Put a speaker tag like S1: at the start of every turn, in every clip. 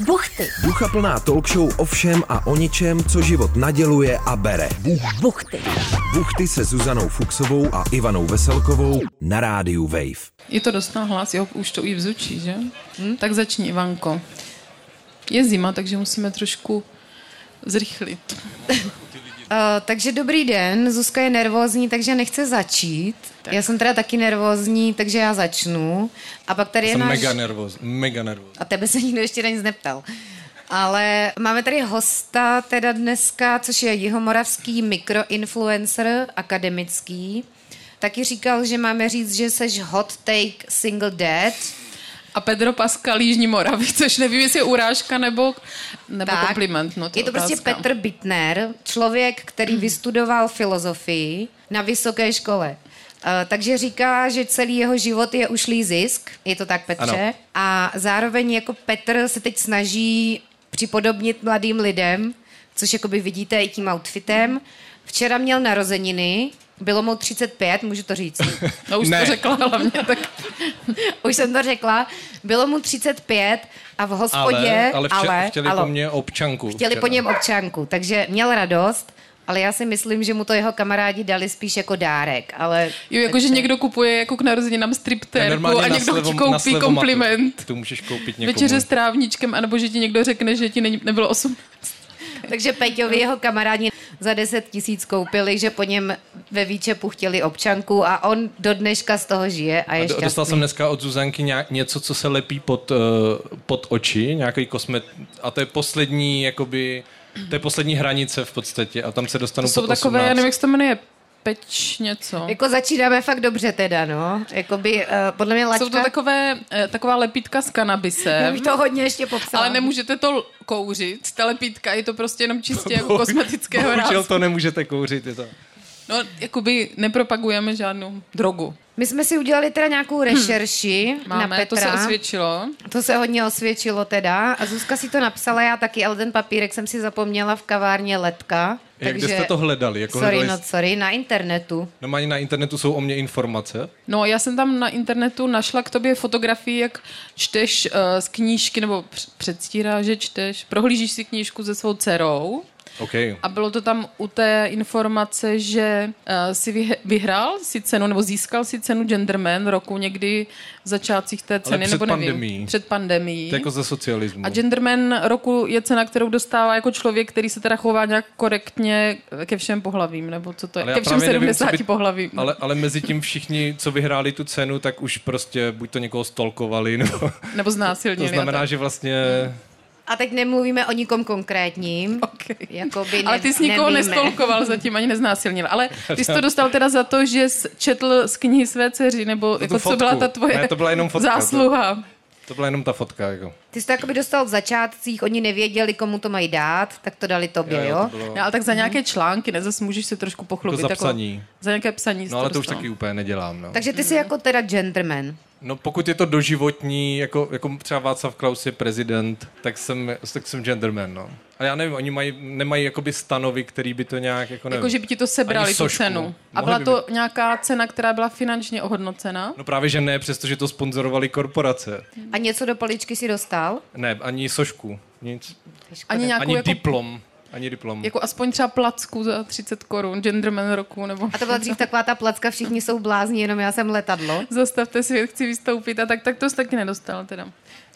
S1: Buchty.
S2: Ducha plná talk show o všem a o ničem, co život naděluje a bere.
S1: Buchty.
S2: Buchty se Zuzanou Fuxovou a Ivanou Veselkovou na rádiu Wave.
S3: Je to dost na hlas, jo, už to i vzučí, že? Hm? Tak začni, Ivanko. Je zima, takže musíme trošku zrychlit.
S4: Uh, takže dobrý den, Zuzka je nervózní, takže nechce začít. Tak. Já jsem teda taky nervózní, takže já začnu. A pak tady je
S5: Jsem
S4: náš...
S5: mega nervózní, mega nervózní.
S4: A tebe se nikdo ještě na nic neptal. Ale máme tady hosta teda dneska, což je jihomoravský mikroinfluencer, akademický. Taky říkal, že máme říct, že seš hot take single dad.
S3: A Pedro Pascal Jižní Moravy, což nevím, jestli je urážka nebo, nebo tak. kompliment. No, to
S4: je to
S3: otázka.
S4: prostě Petr Bitner, člověk, který vystudoval filozofii na vysoké škole. Eh, Takže říká, že celý jeho život je ušlý zisk, je to tak Petře?
S5: Ano.
S4: A zároveň jako Petr se teď snaží připodobnit mladým lidem, což jakoby vidíte i tím outfitem. Včera měl narozeniny, bylo mu 35, můžu to říct.
S3: No už ne. to
S5: Ne.
S3: řekla hlavně, tak
S4: Už jsem to řekla. Bylo mu 35 a v hospodě,
S5: Ale, ale, vče, ale chtěli po mně občanku.
S4: chtěli po
S5: včera.
S4: něm občanku, takže měl radost, ale já si myslím, že mu to jeho kamarádi dali spíš jako dárek, ale...
S3: jo, jako, jakože někdo kupuje jako k narozeninám
S5: Já
S3: stripterku
S5: normálně
S3: a
S5: na
S3: někdo
S5: slevo-
S3: ti
S5: na
S3: koupí
S5: slevomatu.
S3: kompliment.
S5: To můžeš koupit někomu.
S3: Večeře s trávničkem, anebo že ti někdo řekne, že ti není, nebylo 8.
S4: Takže Peťovi jeho kamarádi za 10 tisíc koupili, že po něm ve výčepu chtěli občanku a on do dneška z toho žije a je
S5: A do- Dostal
S4: šťastný.
S5: jsem dneska od Zuzanky nějak, něco, co se lepí pod, uh, pod oči, nějaký kosmet, a to je poslední, jakoby, to je poslední hranice v podstatě a tam se dostanu
S3: To jsou
S5: pod
S3: takové,
S5: 18.
S3: já nevím, jak se to jmenuje, peč něco.
S4: Jako začínáme fakt dobře teda, no. Jakoby, uh, podle mě
S3: Jsou to
S4: Laťka...
S3: takové, eh, taková lepítka s
S4: Já
S3: kanabisem.
S4: bych to hodně ještě popsala.
S3: Ale nemůžete to l- kouřit, ta lepítka, je to prostě jenom čistě jako kosmetického
S5: No, Bohužel
S3: rázu.
S5: to nemůžete kouřit, je to.
S3: No, jakoby nepropagujeme žádnou drogu.
S4: My jsme si udělali teda nějakou rešerši
S3: Hm. Máme,
S4: na
S3: to
S4: Petra.
S3: se osvědčilo.
S4: To se hodně osvědčilo teda. A Zuzka si to napsala, já taky, ale ten papírek jsem si zapomněla v kavárně Letka.
S5: Jak kde jste to hledali? Jako
S4: sorry,
S5: hledali
S4: no sorry, na internetu.
S5: Normálně na internetu jsou o mě informace.
S3: No, já jsem tam na internetu našla k tobě fotografii, jak čteš eh, z knížky, nebo př- předstírá, že čteš, prohlížíš si knížku se svou dcerou.
S5: Okay.
S3: A bylo to tam u té informace, že uh, si vyh- vyhrál si cenu, nebo získal si cenu Genderman roku někdy v začátcích té ceny,
S5: před
S3: nebo nevím.
S5: pandemií.
S3: Před pandemí.
S5: To je jako ze socialismu.
S3: A Genderman roku je cena, kterou dostává jako člověk, který se teda chová nějak korektně ke všem pohlavím, nebo co to je?
S5: já
S3: Ke všem
S5: právě nevím,
S3: 70
S5: co by-
S3: pohlavím.
S5: Ale, ale mezi tím všichni, co vyhráli tu cenu, tak už prostě buď to někoho stolkovali, nebo...
S3: Nebo
S5: To
S3: znásilněný.
S5: znamená, že vlastně...
S4: A teď nemluvíme o nikom konkrétním.
S3: Okay.
S4: Jakoby ne,
S3: Ale ty jsi nikoho
S4: nevíme.
S3: nestolkoval zatím, ani neznásilnil. Ale ty jsi to dostal teda za to, že jsi četl z knihy své dceři, nebo jako co
S5: fotku.
S3: byla ta tvoje
S5: Ne, to byla jenom fotka, to-
S3: zásluha.
S5: To byla jenom ta fotka, jako.
S4: Ty jsi to jakoby dostal v začátcích, oni nevěděli, komu to mají dát, tak to dali tobě, jo?
S5: to bylo...
S3: No, ale tak za nějaké články, ne, zase můžeš se trošku pochlubit.
S5: Jako
S3: jako
S5: za psaní.
S3: za nějaké psaní. jsi
S5: No ale to už
S3: dostal.
S5: taky úplně nedělám, no.
S4: Takže ty jsi jako teda gentleman.
S5: No pokud je to doživotní, jako, jako třeba Václav Klaus je prezident, tak jsem, tak jsem genderman, no. A já nevím, oni mají, nemají jakoby stanovy, který by to nějak, jako nevím.
S3: Jako, že by ti to sebrali,
S5: Ani
S3: tu
S5: sošku.
S3: cenu. A
S5: Mohli
S3: byla
S5: by
S3: to nějaká cena, která byla finančně ohodnocena?
S5: No právě, že ne, přestože to sponzorovali korporace.
S4: A něco do poličky si dostal?
S5: Ne, ani sošku, nic.
S3: Ani nějakou
S5: Ani
S3: jako,
S5: diplom. Ani diplom.
S3: jako aspoň třeba placku za 30 korun, genderman roku, nebo...
S4: A to byla dřív taková ta placka, všichni jsou blázni, jenom já jsem letadlo.
S3: Zastavte svět, chci vystoupit a tak, tak to jsi taky nedostal teda.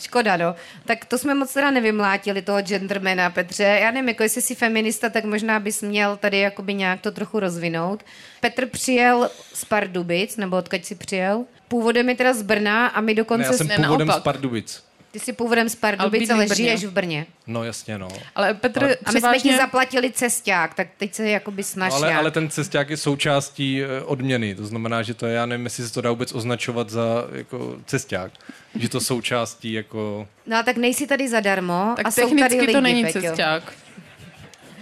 S4: Škoda, no. Tak to jsme moc teda nevymlátili, toho gendermana, Petře. Já nevím, jako jestli jsi feminista, tak možná bys měl tady jakoby nějak to trochu rozvinout. Petr přijel z Pardubic, nebo odkud jsi přijel? Původem je teda z Brna a my
S5: ne,
S4: dokonce...
S5: já jsem
S3: ne,
S5: původem
S3: naopak.
S5: z Pardubic.
S4: Ty jsi původem z Pardubic,
S3: bydlí v
S4: ale
S3: Brně.
S4: žiješ v Brně.
S5: No jasně, no.
S3: Ale Petr
S5: Ale-
S4: A my jsme
S3: převážně-
S4: ti zaplatili cesták, tak teď se jakoby snaž
S5: No, ale,
S4: nějak.
S5: ale ten cesták je součástí eh, odměny, to znamená, že to je, já nevím, jestli se to dá vůbec označovat za jako cesták, že to součástí jako,
S4: No a tak nejsi tady zadarmo
S3: Tak
S4: a jsou
S3: technicky
S4: tady lidi,
S3: to není
S4: Peťo.
S3: cesták.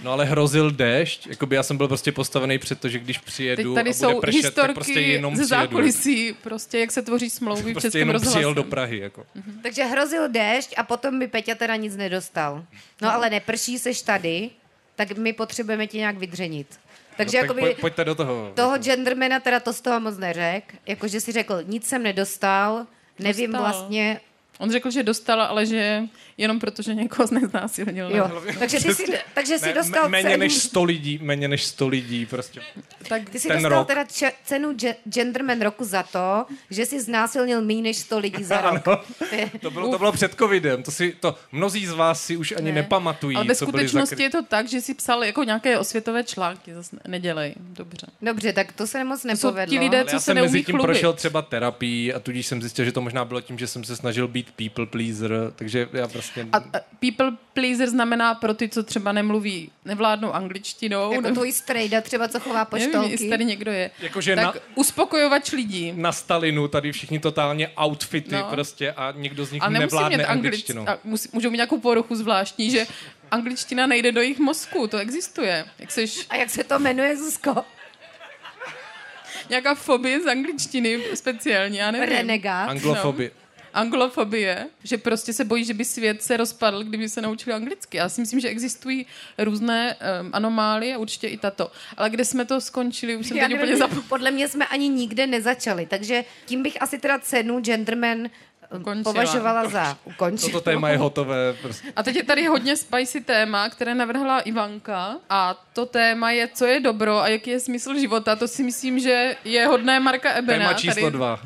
S5: no ale hrozil déšť, jako by já jsem byl prostě postavený před to, že když
S3: Teď
S5: přijedu
S3: tady
S5: a bude
S3: jsou
S5: pršet, tak
S3: historky
S5: prostě jenom
S3: ze
S5: přijedu.
S3: zákulisí, prostě jak se tvoří smlouvy v
S5: Prostě
S3: Českém
S5: jenom přijel
S3: rozhlasu.
S5: do
S3: Mhm.
S5: Prahy, jako.
S4: Takže hrozil déšť a potom by Peťa teda nic nedostal. No ale neprší seš tady, tak my potřebujeme ti nějak vydřenit. Takže
S5: no,
S4: jakoby
S5: tak poj- pojďte do toho.
S4: toho gendermana teda to z toho moc neřek. Jakože si řekl, nic jsem nedostal, nevím
S3: Dostal.
S4: vlastně,
S3: On řekl, že dostala, ale že jenom proto, že někoho neznásilnil.
S5: No,
S4: Jo. Takže ty si, takže si dostal
S5: méně
S4: cenu,
S5: než 100 lidí, méně než 100 lidí prostě.
S3: Tak
S4: ty si
S5: ten
S4: dostal
S5: rok.
S4: teda če- cenu ge- Genderman roku za to, že si znásilnil méně než 100 lidí za rok.
S5: To bylo, to bylo před covidem, to si, to mnozí z vás si už ani ne. nepamatují,
S3: Ale ve
S5: co byli
S3: skutečnosti
S5: zakry...
S3: je to tak, že si psal jako nějaké osvětové články. Zase nedělej, dobře.
S4: Dobře, tak to se moc
S3: jsou ti
S4: nepovedlo.
S3: lidé,
S5: Ale
S3: co
S5: já
S3: se
S5: jsem
S3: neumí
S5: mezi tím
S3: chlubit.
S5: prošel třeba terapii a tudíž jsem zjistil, že to možná bylo tím, že jsem se snažil být people pleaser, takže já prostě...
S3: A a people pleaser znamená pro ty, co třeba nemluví, nevládnou angličtinou.
S4: Jako
S3: nebo-
S4: tvůj strejda třeba, co chová
S3: Nevím, jestli
S4: poštolky.
S3: tady někdo je.
S5: Jakože
S3: tak
S5: na-
S3: uspokojovač lidí.
S5: na Stalinu tady všichni totálně outfity
S3: No.
S5: no. prostě a nikdo z nich
S3: A nemusí mít
S5: nevládne
S3: anglič...
S5: angličtinu.
S3: a musí, můžou mít nějakou poruchu zvláštní, že angličtina nejde do jejich mozku, to existuje. Jak seš
S4: A jak se to jmenuje, Zuzko?
S3: nějaká fobie z angličtiny speciální, já nevím.
S4: Renegát.
S5: Anglofoby.
S3: Anglofobie, že prostě se bojí, že by svět se rozpadl, kdyby se naučili anglicky. Já si myslím, že existují různé um, anomálie, určitě i tato. Ale kde jsme to skončili, už jsem
S4: Já
S3: teď úplně
S4: nevím,
S3: zapomněla.
S4: Podle mě jsme ani nikde nezačali, takže tím bych asi teda cenu genderman
S3: Ukončila.
S4: považovala za ukončit.
S5: Toto téma je hotové. Prostě.
S3: A teď je tady hodně spicy téma, které navrhla Ivanka. A to téma je, co je dobro a jaký je smysl života. To si myslím, že je hodné Marka Ebena.
S5: Téma číslo
S3: tady,
S5: dva.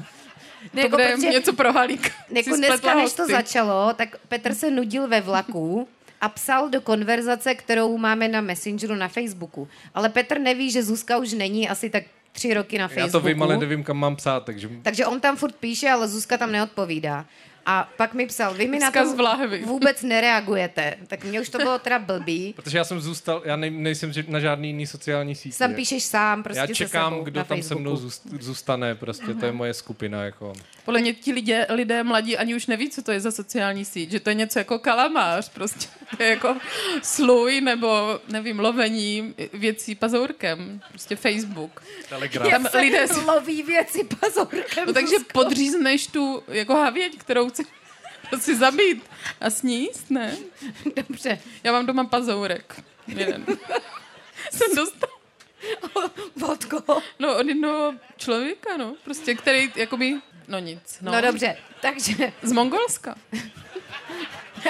S3: To,
S4: Jako
S3: kde
S4: prostě-
S3: něco pro halík.
S4: Jako
S3: Si
S4: dneska,
S3: spletla
S4: než to
S3: hosty.
S4: začalo, tak Petr se nudil ve vlaku a psal do konverzace, kterou máme na Messengeru na Facebooku. Ale Petr neví, že Zuzka už není asi tak tři roky na
S5: Já
S4: Facebooku.
S5: to vím, ale nevím, kam mám psát, takže...
S4: Takže on tam furt píše, ale Zuzka tam neodpovídá. A pak mi psal, vy mi na
S3: Zuzka
S4: to
S3: z Vláhvy.
S4: vůbec nereagujete. Tak mně už to bylo teda blbý.
S5: Protože já jsem zůstal, já nej, nejsem že- na žádný jiný sociální síti.
S4: Sam píšeš sám, prostě
S5: já
S4: se
S5: čekám,
S4: sebou
S5: kdo
S4: na
S5: tam se
S4: Facebooku.
S5: mnou zůst- zůstane, prostě to je moje skupina. Jako.
S3: Podle mě ti lidé, lidé mladí ani už neví, co to je za sociální síť. Že to je něco jako kalamář, prostě. To je jako sluj nebo, nevím, lovení věcí pazourkem. Prostě Facebook.
S5: Telegram.
S3: Tam
S4: se
S3: lidé si-
S4: loví věci pozorkem.
S3: No, takže podřízneš tu jako havěť, kterou chci si zabít a sníst, ne?
S4: Dobře,
S3: Já mám doma pazourek. Jeden. Jsem dostal
S4: vodko.
S3: no, od jednoho člověka, no. Prostě, který, jakoby, no nic. No,
S4: No, no dobře, takže
S3: Z Mongolska.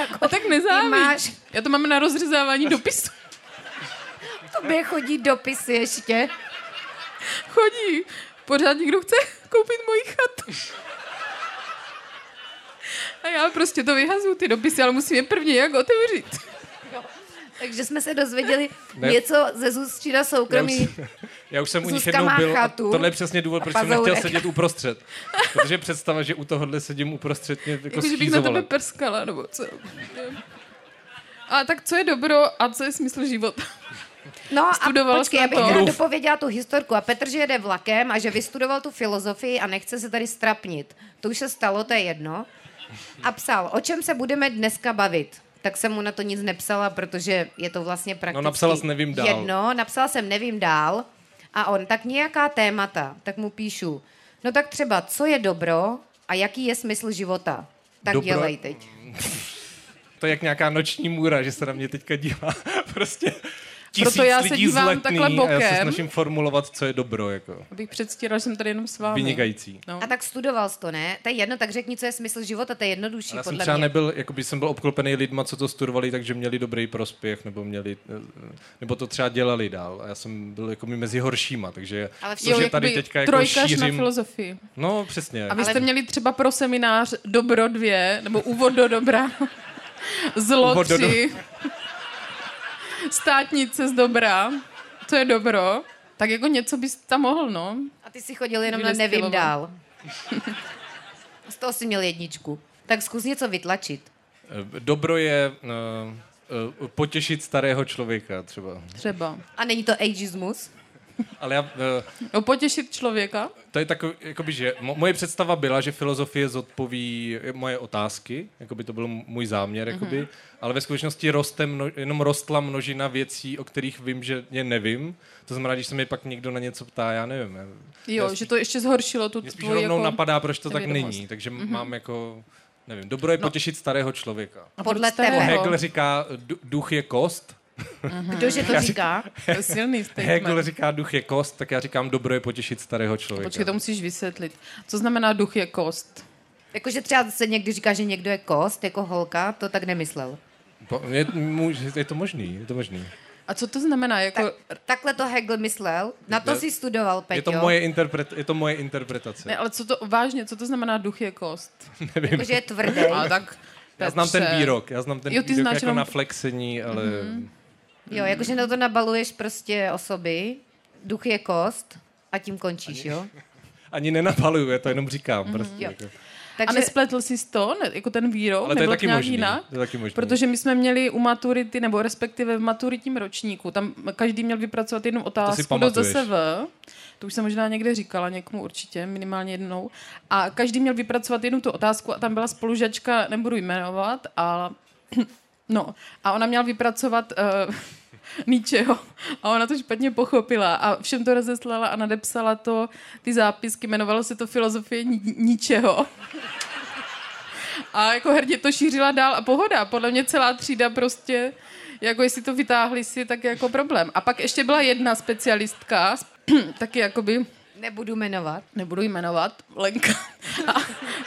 S4: jako,
S3: A tak nezávidí.
S4: máš-
S3: Já to mám na rozřezávání dopisu.
S4: tobě chodí dopisy ještě.
S3: Chodí. Pořád někdo chce koupit moji chatu. A já prostě to vyhazuju, ty dopisy, ale musím je prvně jak otevřít.
S4: Takže jsme se dozvěděli
S5: Ne.
S4: něco ze Zuzčina soukromí.
S5: Já už jsem u nich
S4: Zuzka
S5: jednou
S4: má
S5: byl a
S4: chatu
S5: tohle je přesně důvod,
S4: a
S5: proč jsem nechtěl
S4: pazourek.
S5: sedět uprostřed. Protože představa, že u tohohle sedím uprostřed, mě jako
S3: Jakože bych na tebe
S5: schýzovala.
S3: prskala, nebo co? A tak co je dobro a co je smysl života?
S4: No a
S3: Studovala
S4: počkej,
S3: jsi
S4: já
S3: na
S4: bych
S3: to?
S4: teda
S5: Mluv.
S4: dopověděla tu historku. A Petr, že jede vlakem a že vystudoval tu filozofii a nechce se tady strapnit. To už se stalo, to je jedno. A psal, o čem se budeme dneska bavit. Tak jsem mu na to nic nepsala, protože je to vlastně prakticky
S5: No, napsala jsi nevím dál.
S4: jedno. Napsala jsem nevím dál. A on, tak nějaká témata. Tak mu píšu, no tak třeba, co je dobro a jaký je smysl života. Tak
S5: Dobro-
S4: dělej teď.
S5: To je jak nějaká noční můra, že se na mě teďka dívá. prostě tisíc
S3: Proto já se
S5: lidí
S3: dívám
S5: zletný
S3: takhle
S5: a já se
S3: bokem.
S5: snažím formulovat, co je dobro. Jako.
S3: Abych předstíral, že jsem tady jenom s vámi.
S5: Vynikající.
S3: No.
S4: A tak studoval jsi to, ne? To je jedno, tak řekni, co je smysl života, to je jednodušší
S5: Já jsem
S4: podle
S5: třeba
S4: mě.
S5: nebyl, jakoby jsem byl obklopený lidma, co to studovali, takže měli dobrý prospěch, nebo, měli, eh, nebo to třeba dělali dál. A já jsem byl jako mezi horšíma, takže
S4: Ale v-
S5: to, že tady
S3: jakoby
S5: teďka jako
S3: trojkař na
S5: šířím...
S3: filozofii.
S5: No, přesně.
S3: A vy jste měli třeba pro seminář Dobro dvě, nebo Úvod do dobra, Zlo
S5: Úvod do
S3: tři, Státnice z dobra, to je dobro. Tak jako něco bys tam mohl, no.
S4: A ty si chodil jenom na
S3: Vydestiloval.
S4: nevím dál. Z toho jsi měl jedničku. Tak zkus něco vytlačit.
S5: Eh, Dobro je eh, eh, potěšit starého člověka třeba.
S3: Třeba.
S4: A není to ageismus?
S5: Ale já, eh,
S3: No potěšit člověka.
S5: To je takový, jakoby, že mo- moje představa byla, že filozofie zodpoví moje otázky, jakoby to byl m- můj záměr,
S3: Mhm.
S5: jakoby, mm-hmm. ale ve skutečnosti roste mno, jenom rostla množina věcí, o kterých vím, že je nevím. To znamená, když se mi pak někdo na něco ptá, já nevím. Já,
S3: Jo,
S5: já
S3: že to ještě zhoršilo tu
S5: mě spíš
S3: tvoji
S5: rovnou
S3: jako...
S5: jako napadá, proč to tak
S3: nevědomost. Mhm.
S5: není. Takže mm-hmm. mám jako, nevím, dobro je no. potěšit starého člověka.
S3: A proč
S4: Podle
S3: to je?
S4: tebe.
S3: Hegel.
S5: Hegel říká, "Du- duch je kost.
S4: Kdože to říká?
S3: To je Silný
S5: Hegel
S3: statement.
S5: říká, duch je kost, tak já říkám, dobro je potěšit starého člověka.
S3: Počkej, to musíš vysvětlit. Co znamená duch je kost?
S4: Jakože třeba se někdy říká, že někdo je kost, jako holka, to tak nemyslel.
S5: Po- Je, může- je to možný, je to možný.
S3: A co to znamená? Jako,
S4: Tak, takhle to Hegel myslel, na to
S5: Je-
S4: si studoval, Peťo.
S5: Je to moje, interpret, je to moje interpretace.
S3: ne, ale co to vážně, co to znamená duch je kost?
S4: Jakože je tvrdý.
S3: A tak
S5: já znám ten
S3: Petře.
S5: výrok, já znám ten
S3: Jo, ty
S5: výrok
S3: znáš
S5: jako
S3: jenom-
S5: na flexení, ale mm-hmm.
S4: Jo, jakože na to nabaluješ prostě osoby, duch je kost a tím končíš, jo?
S5: ani nenapaluju, já to jenom říkám. Mm-hmm. Prostě,
S4: Jo.
S5: jako.
S3: A
S4: Takže
S3: nespletl jsi to, ne, jako ten výrok?
S5: Ale to je
S3: Nebylo
S5: taky
S3: nějak
S5: možný,
S3: jinak?
S5: to je taky možný.
S3: Protože my jsme měli u maturity, nebo respektive v maturitním ročníku, tam každý měl vypracovat jednu otázku do
S5: pamatuješ.
S3: ZSV. To už jsem možná někde říkala, někomu určitě, minimálně jednou. A každý měl vypracovat jednu tu otázku a tam byla spolužačka, nebudu jmenovat, a No, a ona měla vypracovat uh, Nietzscheho a ona to špatně pochopila a všem to rozeslala a nadepsala to, ty zápisky, jmenovalo se to Filozofie Ni- ničeho. A jako hrdě to šířila dál a pohoda. Podle mě celá třída prostě, jako jestli to vytáhli si, tak je jako problém. A pak ještě byla jedna specialistka, taky jakoby,
S4: nebudu jmenovat.
S3: nebudu jí jmenovat, Lenka. A,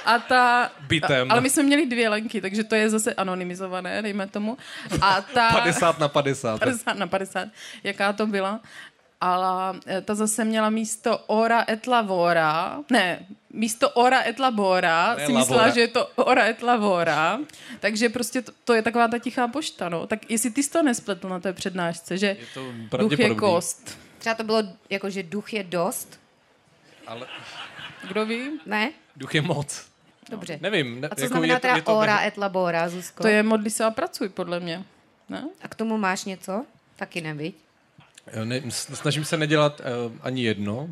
S3: a ta...
S5: Bitem.
S3: ale my jsme měli dvě Lenky, takže to je zase anonymizované, dejme tomu. A Prostě- ta...
S5: 50 na 50.
S3: 50 na 50, jaká to byla. Ale eh, ta zase měla místo ora et lavora, ne, místo ora et labora,
S5: Ne,
S3: si myslela,
S5: lavora.
S3: že je to ora et lavora, takže prostě to, to je taková ta tichá pošta, no. Tak jestli ty jsi to nespletl na té přednášce, že
S5: to
S3: duch je
S5: pravděpodobný.
S3: kost,
S4: Třeba to bylo jako, že duch je dost,
S5: Ale
S3: kdo ví?
S4: ne?
S5: duch je moc.
S4: Dobře.
S5: Nevím. Ne, jako
S4: A co znamená teda ora et labora, Zuzko?
S3: To je modli se a pracuj, podle mě. Ne?
S4: A k tomu máš něco? Taky neviď.
S5: Jo, Ne, s- snažím se nedělat uh, ani jedno,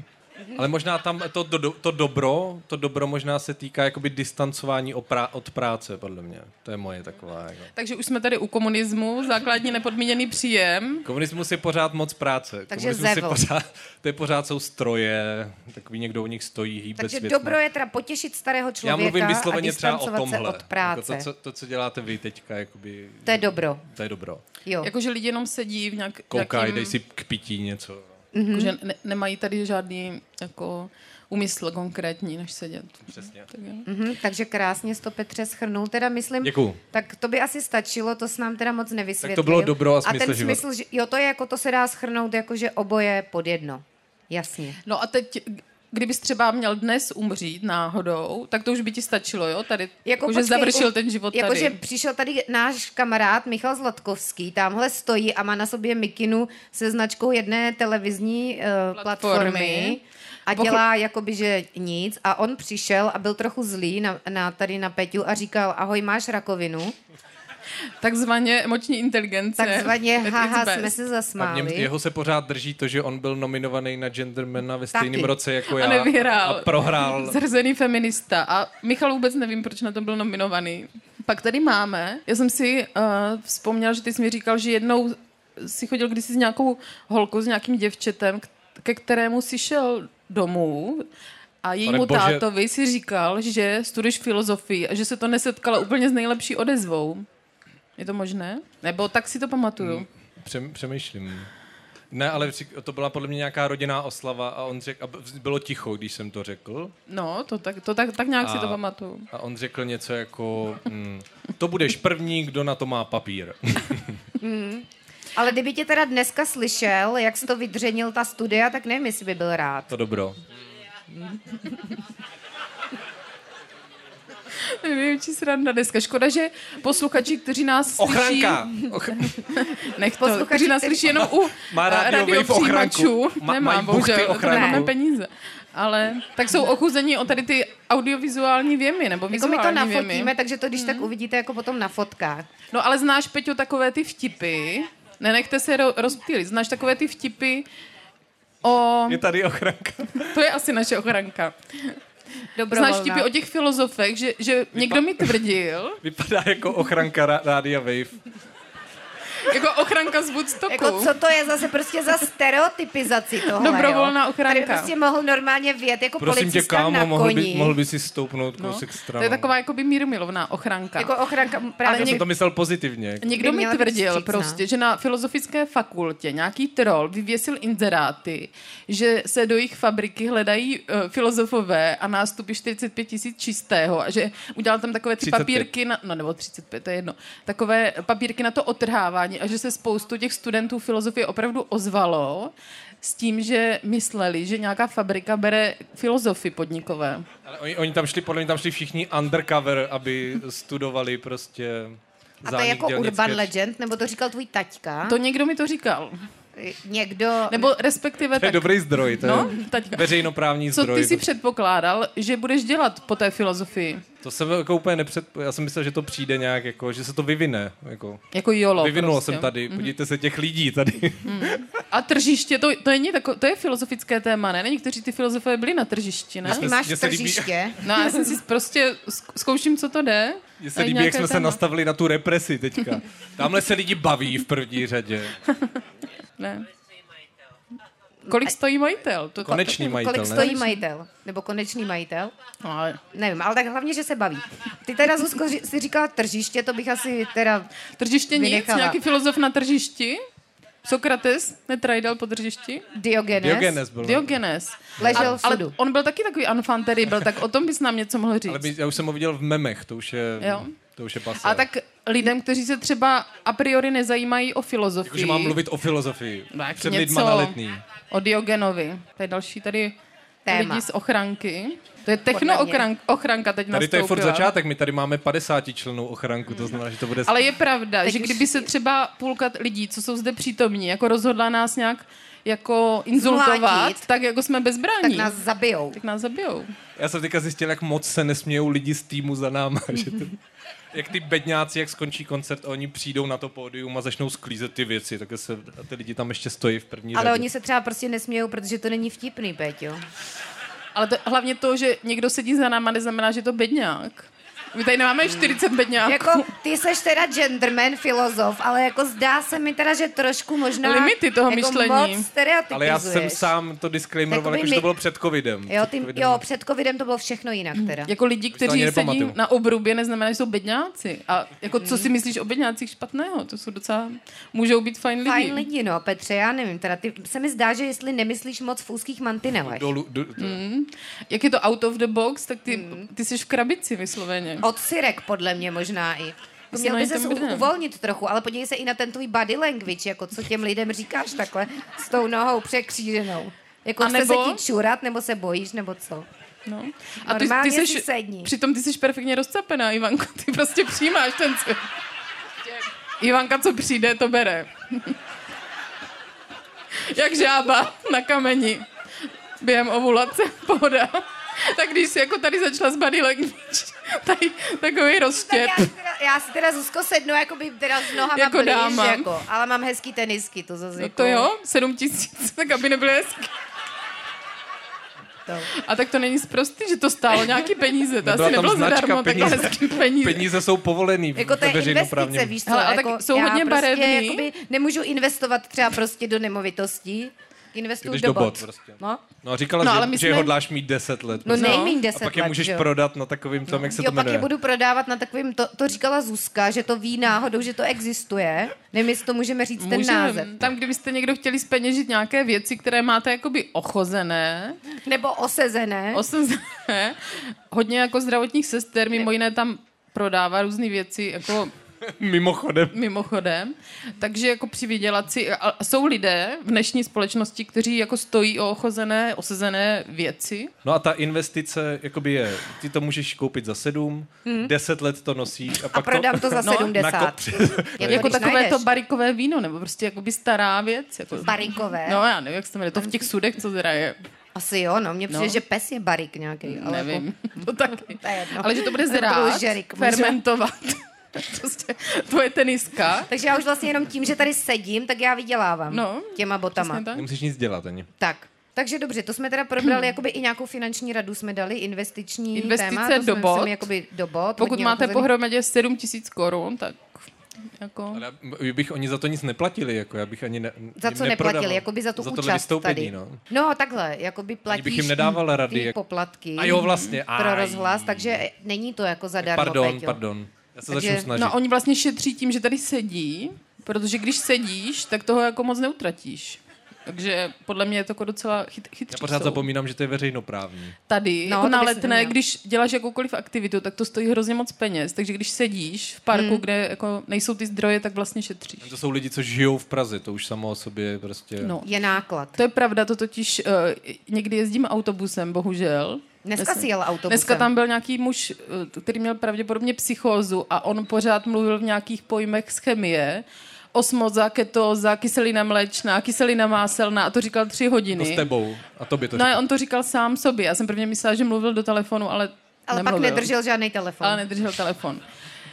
S5: ale možná tam to, do, to dobro, to dobro možná se týká jakoby distancování o prá- od práce, podle mě. To je moje taková. Jako.
S3: Takže už jsme tady u komunismu, základní nepodmíněný příjem.
S5: Komunismus je pořád moc práce.
S4: Takže
S5: Komunismus je
S4: zevl.
S5: pořád, to je pořád jsou stroje, takový někdo u nich stojí, hýbe
S4: Takže
S5: světma.
S4: dobro je teda potěšit starého
S5: Já
S4: člověka
S5: mluvím
S4: a
S5: vysloveně třeba o
S4: distancovat se
S5: tomhle.
S4: od práce.
S5: Jako to, co, to, co děláte vy teďka, jakoby,
S4: To je dobro.
S5: to je dobro.
S4: Jo.
S3: Jakože lidi jenom sedí v nějak,
S5: Koukaj,
S3: nějakým-
S5: dej si k pití něco.
S3: Mm-hmm. Že
S4: Mhm.
S3: ne- nemají tady žádný jako úmysl konkrétní, než sedět.
S5: Přesně.
S3: Tak jo.
S4: Mhm, takže krásně jsi to Petře schrnul, teda myslím,
S5: Děkuju.
S4: tak to by asi stačilo, to s nám teda moc nevysvětlil.
S5: Tak to bylo dobro a
S4: a ten
S5: smysl života.
S4: smysl, že, jo, to je jako, to se dá schrnout, jako že oboje pod jedno. Jasně.
S3: No a teď, kdybys třeba měl dnes umřít náhodou, tak to už by ti stačilo, jo? Tady, jako, že
S4: počkej,
S3: završil
S4: u-
S3: ten život
S4: jako,
S3: tady.
S4: že přišel tady náš kamarád Michal Zlatkovský, tamhle stojí a má na sobě mikinu se značkou jedné televizní uh, platformy
S3: Platformy.
S4: a dělá jakoby, že nic a on přišel a byl trochu zlý na, na, tady na Peťu a říkal, ahoj, máš rakovinu.
S3: Takzvaně emoční inteligence.
S4: Takzvaně,
S3: At its
S4: haha,
S3: best.
S4: jsme se
S5: A něm,
S4: zasmáli.
S5: jeho se pořád drží to, že on byl nominovaný na Gendermana ve stejném
S4: Taky.
S5: roce jako já.
S3: A nevyhrál.
S5: A prohrál.
S3: Zhrzený feminista. A Michal vůbec nevím, proč na to byl nominovaný. Pak tady máme, já jsem si uh, vzpomněla, že ty jsi mi říkal, že jednou si chodil kdysi s nějakou holkou, s nějakým děvčetem, k- ke kterému si šel domů a jejímu
S5: bože.
S3: tátovi si říkal, že studuješ filozofii a že se to nesetkalo úplně s nejlepší odezvou. Je to možné? Nebo tak si to pamatuju.
S5: Hmm. Přem, přemýšlím. Ne, ale při- to byla podle mě nějaká rodinná oslava a on řekl, a b- bylo ticho, když jsem to řekl,
S3: No, to tak, to tak, tak nějak a... si to
S5: A-
S3: pamatuju.
S5: a on řekl něco jako, mm, to budeš první, kdo na to má papír.
S4: Ale kdyby tě teda dneska slyšel, jak jsi to vydřenil ta studia, tak nevím, jestli by byl rád.
S5: To dobro.
S3: Nevím, či sranda dneska. Škoda, že posluchači, kteří nás slyší...
S5: Ochranka! Och-
S3: Nech to,
S4: Posluchači,
S3: kteří nás
S4: kteří-
S3: slyší jenom u
S5: Má
S3: eh,
S5: rádiový v ochranku.
S3: radiopřijímačů.
S5: Ma-
S3: Nemám,
S5: mají buchty
S3: bohužel, na to
S5: ochranku.
S3: nemáme peníze. Ale tak jsou ochuzení o tady ty audiovizuální věmy, nebo
S4: Jako my
S3: vizuální Mhm.
S4: to
S3: věmy.
S4: nafotíme, takže to když tak uvidíte jako potom na fotkách.
S3: No ale znáš, Peťo, takové ty vtipy, nenechte se ro- rozptýlit, znáš takové ty vtipy o...
S5: Je tady ochranka.
S3: To je asi naše ochranka.
S4: Dobrovolná.
S3: Znáš vtipy o těch filozofech, že, že někdo mi tvrdil,
S5: Vypadá jako ochranka ra- rádia Wave.
S3: jako ochranka z Woodstocku.
S4: Jako co to je zase prostě za stereotypizaci tohle,
S3: Dobrovolná
S4: jo.
S3: ochranka.
S4: Tady prostě mohl normálně vjet jako
S5: Prosím tě,
S4: policista
S5: kámo,
S4: na
S5: mohl,
S4: koni.
S5: by, mohl by si stoupnout
S3: No.
S5: kousek stranou.
S3: To je taková jakoby mírumilovná ochranka.
S4: Jako ochranka
S5: Já
S4: právě.
S5: jsem
S4: něk-
S5: to myslel pozitivně. jako.
S3: Někdo
S4: by
S3: mi
S4: měla být
S3: tvrdil
S4: vstřícná.
S3: prostě, že na filozofické fakultě nějaký troll vyvěsil inzeráty, že se do jejich fabriky hledají uh, filozofové a nástupy 45 tisíc čistého a že udělal tam takové ty
S5: 35.
S3: papírky, na, no nebo 35, to je jedno, takové papírky na to otrhávání a že se spoustu těch studentů filozofie opravdu ozvalo s tím, že mysleli, že nějaká fabrika bere filozofy podnikové.
S5: Ale oni, oni tam šli, podle mě tam šli všichni undercover, aby studovali prostě
S4: A to je
S5: zánik
S4: jako
S5: dělnické
S4: urban
S5: či-
S4: legend, nebo to říkal tvůj taťka?
S3: To někdo mi to říkal.
S4: Někdo...
S3: Nebo respektive
S5: To je
S3: tak...
S5: dobrý zdroj, to
S3: No,
S5: no?
S3: taťka.
S5: je veřejnoprávní
S3: Co
S5: zdroj.
S3: ty si předpokládal, že budeš dělat po té filozofii?
S5: To jsem jako úplně nepřed... Já jsem myslel, že to přijde nějak, jako, že se to vyvine. Jako.
S3: Jako jolo.
S5: Vyvinulo
S3: prostě.
S5: jsem tady, podívejte se těch lidí tady.
S3: A tržiště, to, to, není tako, to je filozofické téma, ne? Někteří ty filozofové byli na tržišti, ne?
S4: Ty
S5: Mně
S4: máš
S5: se líbí-
S4: tržiště.
S3: No a já jsem si prostě zk- zkouším, co to jde.
S5: Mně se
S3: A je
S5: líbí, jak
S3: nějaké
S5: jsme se
S3: téma.
S5: nastavili na tu represi teďka. Tamhle se lidi baví v první řadě.
S3: Ne. Kolik stojí majitel? To,
S5: Konečný majitel,
S4: Kolik
S5: ne?
S4: stojí majitel? Nebo konečný majitel?
S3: No, ale-
S4: Nevím, ale tak hlavně, že se baví. Ty teda, Zuzko, ři- si říkala tržiště, to bych asi teda...
S3: tržiště nic,
S4: Vynechala.
S3: nějaký filozof na tržišti? Sokrates netrajdal po tržišti?
S4: Diogenes.
S5: Diogenes byl. no.
S3: Diogenes.
S4: Ležel
S3: A-
S4: v
S3: ale
S4: sudu.
S3: on byl taky takový anfan který byl, tak o tom bys nám něco mohl říct.
S5: Ale my, já už jsem ho viděl v memech, to už je,
S3: Jo.
S5: to už je pasé.
S3: A tak lidem, kteří se třeba a priori nezajímají o filozofii.
S5: Jakože Jako, mám mluvit o filozofii.
S3: No, tak
S5: Před
S3: něco
S5: lidma na letný.
S3: O Diogenovi. To je další tady
S4: Téma.
S3: lidi z ochranky. To je
S4: Podle
S3: techno
S4: mě.
S3: ochranka teď
S5: Tady to je
S3: nastoupila.
S5: furt začátek, my tady máme 50 členů ochranku, to znamená, že to bude...
S3: Ale je pravda,
S4: Teď
S3: že
S4: už-
S3: kdyby se třeba půlka lidí, co jsou zde přítomní, jako rozhodla nás nějak jako insultovat,
S4: Zmlátit.
S3: tak jako jsme bezbrání.
S4: Tak nás zabijou.
S3: tak nás zabijou.
S5: Já jsem teďka zjistil, jak moc se nesmějou lidi z týmu za náma. Že to, jak ty bedňáci, jak skončí koncert, oni přijdou na to pódium a začnou sklízet ty věci, tak se, a ty lidi tam ještě stojí v první
S4: Ale
S5: řadě.
S4: oni se třeba prostě nesmějou, protože to není vtipný, Péťo.
S3: Ale to, hlavně to, že někdo sedí za náma, neznamená, že je to bedňák. My tady nemáme 40 bedňáků.
S4: Hmm. Jako, ty seš teda genderman, filozof, ale jako zdá se mi teda, že trošku možná...
S3: Limity toho
S4: jako
S3: myšlení.
S4: Moc
S5: Ale já jsem
S4: stereotypizuješ.
S5: sám jako to disclaimeroval,
S4: Takový
S5: jakože
S4: my-
S5: to bylo před covidem.
S4: Jo,
S5: před
S4: ty,
S5: covidem.
S4: jo, před covidem to bylo všechno jinak teda.
S3: Jako lidi,
S5: ani
S3: kteří sedí
S5: nepamatuju.
S3: na obrubě, neznamená, že jsou bedňáci. A jako co
S4: Mm.
S3: si myslíš o bedňácích špatného? To jsou docela, můžou být fajn lidi.
S4: Fajn lidi, no, Petře, já nevím, teda ty se mi zdá, že jestli nemyslíš moc v úzkých mantinelech.
S5: Dolů, do, to,
S4: Mm.
S3: Jak je to out of the box, tak ty, ty jsi v krabici vysloveně.
S4: Od Sirek podle mě možná
S3: To
S4: i. Měl by
S3: mají ten
S4: se
S3: brnem.
S4: uvolnit trochu, ale podívej se i na ten tvůj body language, jako co těm lidem říkáš takhle s tou nohou překříženou. Jako
S3: A
S4: chce se
S3: nebo-
S4: ti čurat, nebo se bojíš, nebo co?
S3: No. A ty, ty
S4: Normálně
S3: jsi,
S4: si sedni.
S3: přitom ty jsi perfektně rozcapená, Ivanko. Ty prostě přijímáš ten svět. Ivanka, co přijde, to bere. Jak žába na kameni během ovulace, pohoda. Tak když jsi jako tady začala s body language, tady takový
S4: Tak
S3: rozštět.
S4: já, si teda, já si teda Zuzko sednu, jako by teda s nohama
S3: Jako
S4: blíž,
S3: dáma.
S4: jako, ale mám hezký tenisky, to zase
S3: No
S4: jako,
S3: to jo, 7 tisíc, tak aby nebyly hezky.
S4: To.
S3: A tak to není zprostý, že to stálo nějaký peníze. To
S5: Nebyla
S3: asi
S5: tam
S3: nebylo
S5: značka
S3: zadarmo, tak
S5: peníze.
S3: hezký peníze.
S5: Peníze jsou povolený
S4: Jako to je
S5: veřejnoprávně.
S4: investice, víš co?
S3: Hele, ale
S4: jako,
S3: tak jsou
S4: já
S3: hodně
S4: prostě
S3: barevný.
S4: Jakoby nemůžu investovat třeba prostě do nemovitostí. Investuju
S5: Jdeš
S4: do,
S5: do
S4: bot.
S5: bod prostě.
S4: No,
S5: No a říkala,
S3: No,
S5: no, že,
S3: ale my
S5: že
S3: jsme-
S5: je hodláš mít 10 let.
S4: no,
S5: prostě.
S4: nejmíň
S5: a
S4: 10
S5: pak je
S4: let,
S5: můžeš
S4: že jo. No.
S5: prodat na takovým tom, jak se
S4: jo,
S5: to
S4: pak je
S5: jmenuje.
S4: budu prodávat na takovým, to, to říkala Zuzka, že to ví náhodou, že to existuje. Nevím, jestli to můžeme říct ten
S3: Můžeme.
S4: název.
S3: Tam, kdybyste někdo chtěli speněžit nějaké věci, které máte jakoby ochozené,
S4: Nebo osezené.
S3: osazené, hodně jako zdravotních sester, mimo jiné tam prodává různé věci jako
S5: Mimochodem.
S3: mimochodem. Takže jako přivydělat si, a a jsou lidé v dnešní společnosti, kteří jako stojí o ochozené, osazené věci.
S5: No a ta investice jakoby je, ty to můžeš koupit za sedm, deset let to nosíš a pak
S4: prodám Hmm. to
S5: to
S4: za 70.
S5: Jako,
S4: Jako
S3: No, jako
S4: když
S3: takové
S4: najdeš.
S3: to barikové víno, nebo prostě jakoby stará věc. Jako...
S4: Barikové.
S3: No já nevím, jak se to jmenuje, to v těch sudech, co teda je.
S4: Asi jo, no, mně přijde,
S3: No.
S4: že pes je barik nějaký. Ale
S3: Nevím,
S4: Jako,
S3: to taky.
S4: To je jedno.
S3: Ale že to bude
S4: Nebo to
S3: zrát,
S4: bude žerik, možná.
S3: fermentovat. prostě tvoje teniska.
S4: takže já už vlastně jenom tím, že tady sedím, tak já vydělávám
S3: No,
S4: těma botama.
S3: přesně tak.
S5: Nemusíš nic dělat ani.
S4: Tak. Takže dobře, to jsme teda probrali, jakoby i nějakou finanční radu jsme dali, investiční
S3: Investice
S4: téma, to
S3: do
S4: jsme
S3: bot.
S4: myslím, jakoby do bot.
S3: Pokud
S4: hodně
S3: máte
S4: ochozený.
S3: pohromadě 7 tisíc korun, tak Jako.
S5: Ale já bych oni za to nic neplatili, jako já bych ani ne,
S4: Za
S5: jim
S4: co
S5: neprodával.
S4: neplatili, jakoby za tu
S5: za tohle
S4: účast
S5: vystoupení,
S4: tady.
S5: No.
S4: no takhle, jakoby platíš
S5: bych jim nedával rady,
S4: ty
S5: jak-
S4: poplatky
S5: A jo, vlastně.
S4: pro
S5: aj.
S4: rozhlas, takže není to jako zadarmo,
S5: Pardon,
S4: Peťo.
S5: pardon. Já se
S4: Takže-
S5: začnu snažit.
S3: No oni vlastně šetří tím, že tady sedí, protože když sedíš, tak toho jako moc neutratíš. Takže podle mě je to jako docela chyt, chytří
S5: já pořád
S3: jsou.
S5: zapomínám, že to je veřejnoprávní.
S3: Tady,
S4: No,
S3: no, jako
S4: to
S3: na
S4: bych si
S3: letné,
S4: neměla.
S3: když děláš jakoukoliv aktivitu, tak to stojí hrozně moc peněz. Takže když sedíš v parku, hmm. kde jako nejsou ty zdroje, tak vlastně šetříš.
S5: To jsou lidi, co žijou v Praze, to už samo o sobě je prostě...
S3: No.
S4: Je náklad.
S3: To je pravda, to totiž uh, někdy jezdím autobusem, bohužel.
S4: Dneska
S3: Dnes-
S4: si jel autobusem.
S3: Dneska tam byl nějaký muž, eh, který měl pravděpodobně psychózu a on pořád mluvil v nějakých pojmech z chemie. Osmoza, ketóza, kyselina mléčná, kyselina máselná a to říkal tři hodiny.
S5: To s tebou. A tobě to
S3: no
S5: říkám.
S3: a on to říkal sám sobě. Já jsem prvně myslela, že mluvil do telefonu, ale
S4: Ale
S3: nemluvil.
S4: pak nedržel žádný telefon.
S3: Ale nedržel telefon.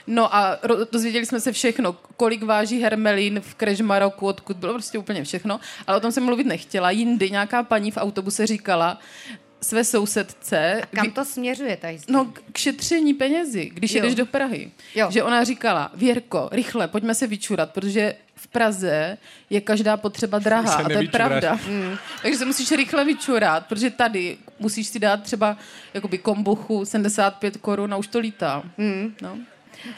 S3: No a ro- dozvěděli jsme se všechno, kolik váží hermelín v Kreš Maroku, odkud bylo prostě úplně všechno, ale o tom jsem mluvit nechtěla. Jindy nějaká paní v autobuse říkala své sousedce,
S4: Kam to směřuje ta historie?
S3: No, k- k šetření penězi, když
S4: Jo.
S3: jo. jedeš do Prahy.
S4: Jo.
S3: Jo. Že ona říkala, Věrko, rychle, pojďme se vyčurat, protože v Praze je každá potřeba drahá.
S5: Se
S3: A to je
S5: nevyčuráš.
S3: pravda. Mm. Takže se musíš rychle vyčurat, protože tady musíš si dát třeba jakoby kombuchu 75 korun a už to lítá. Mm. No.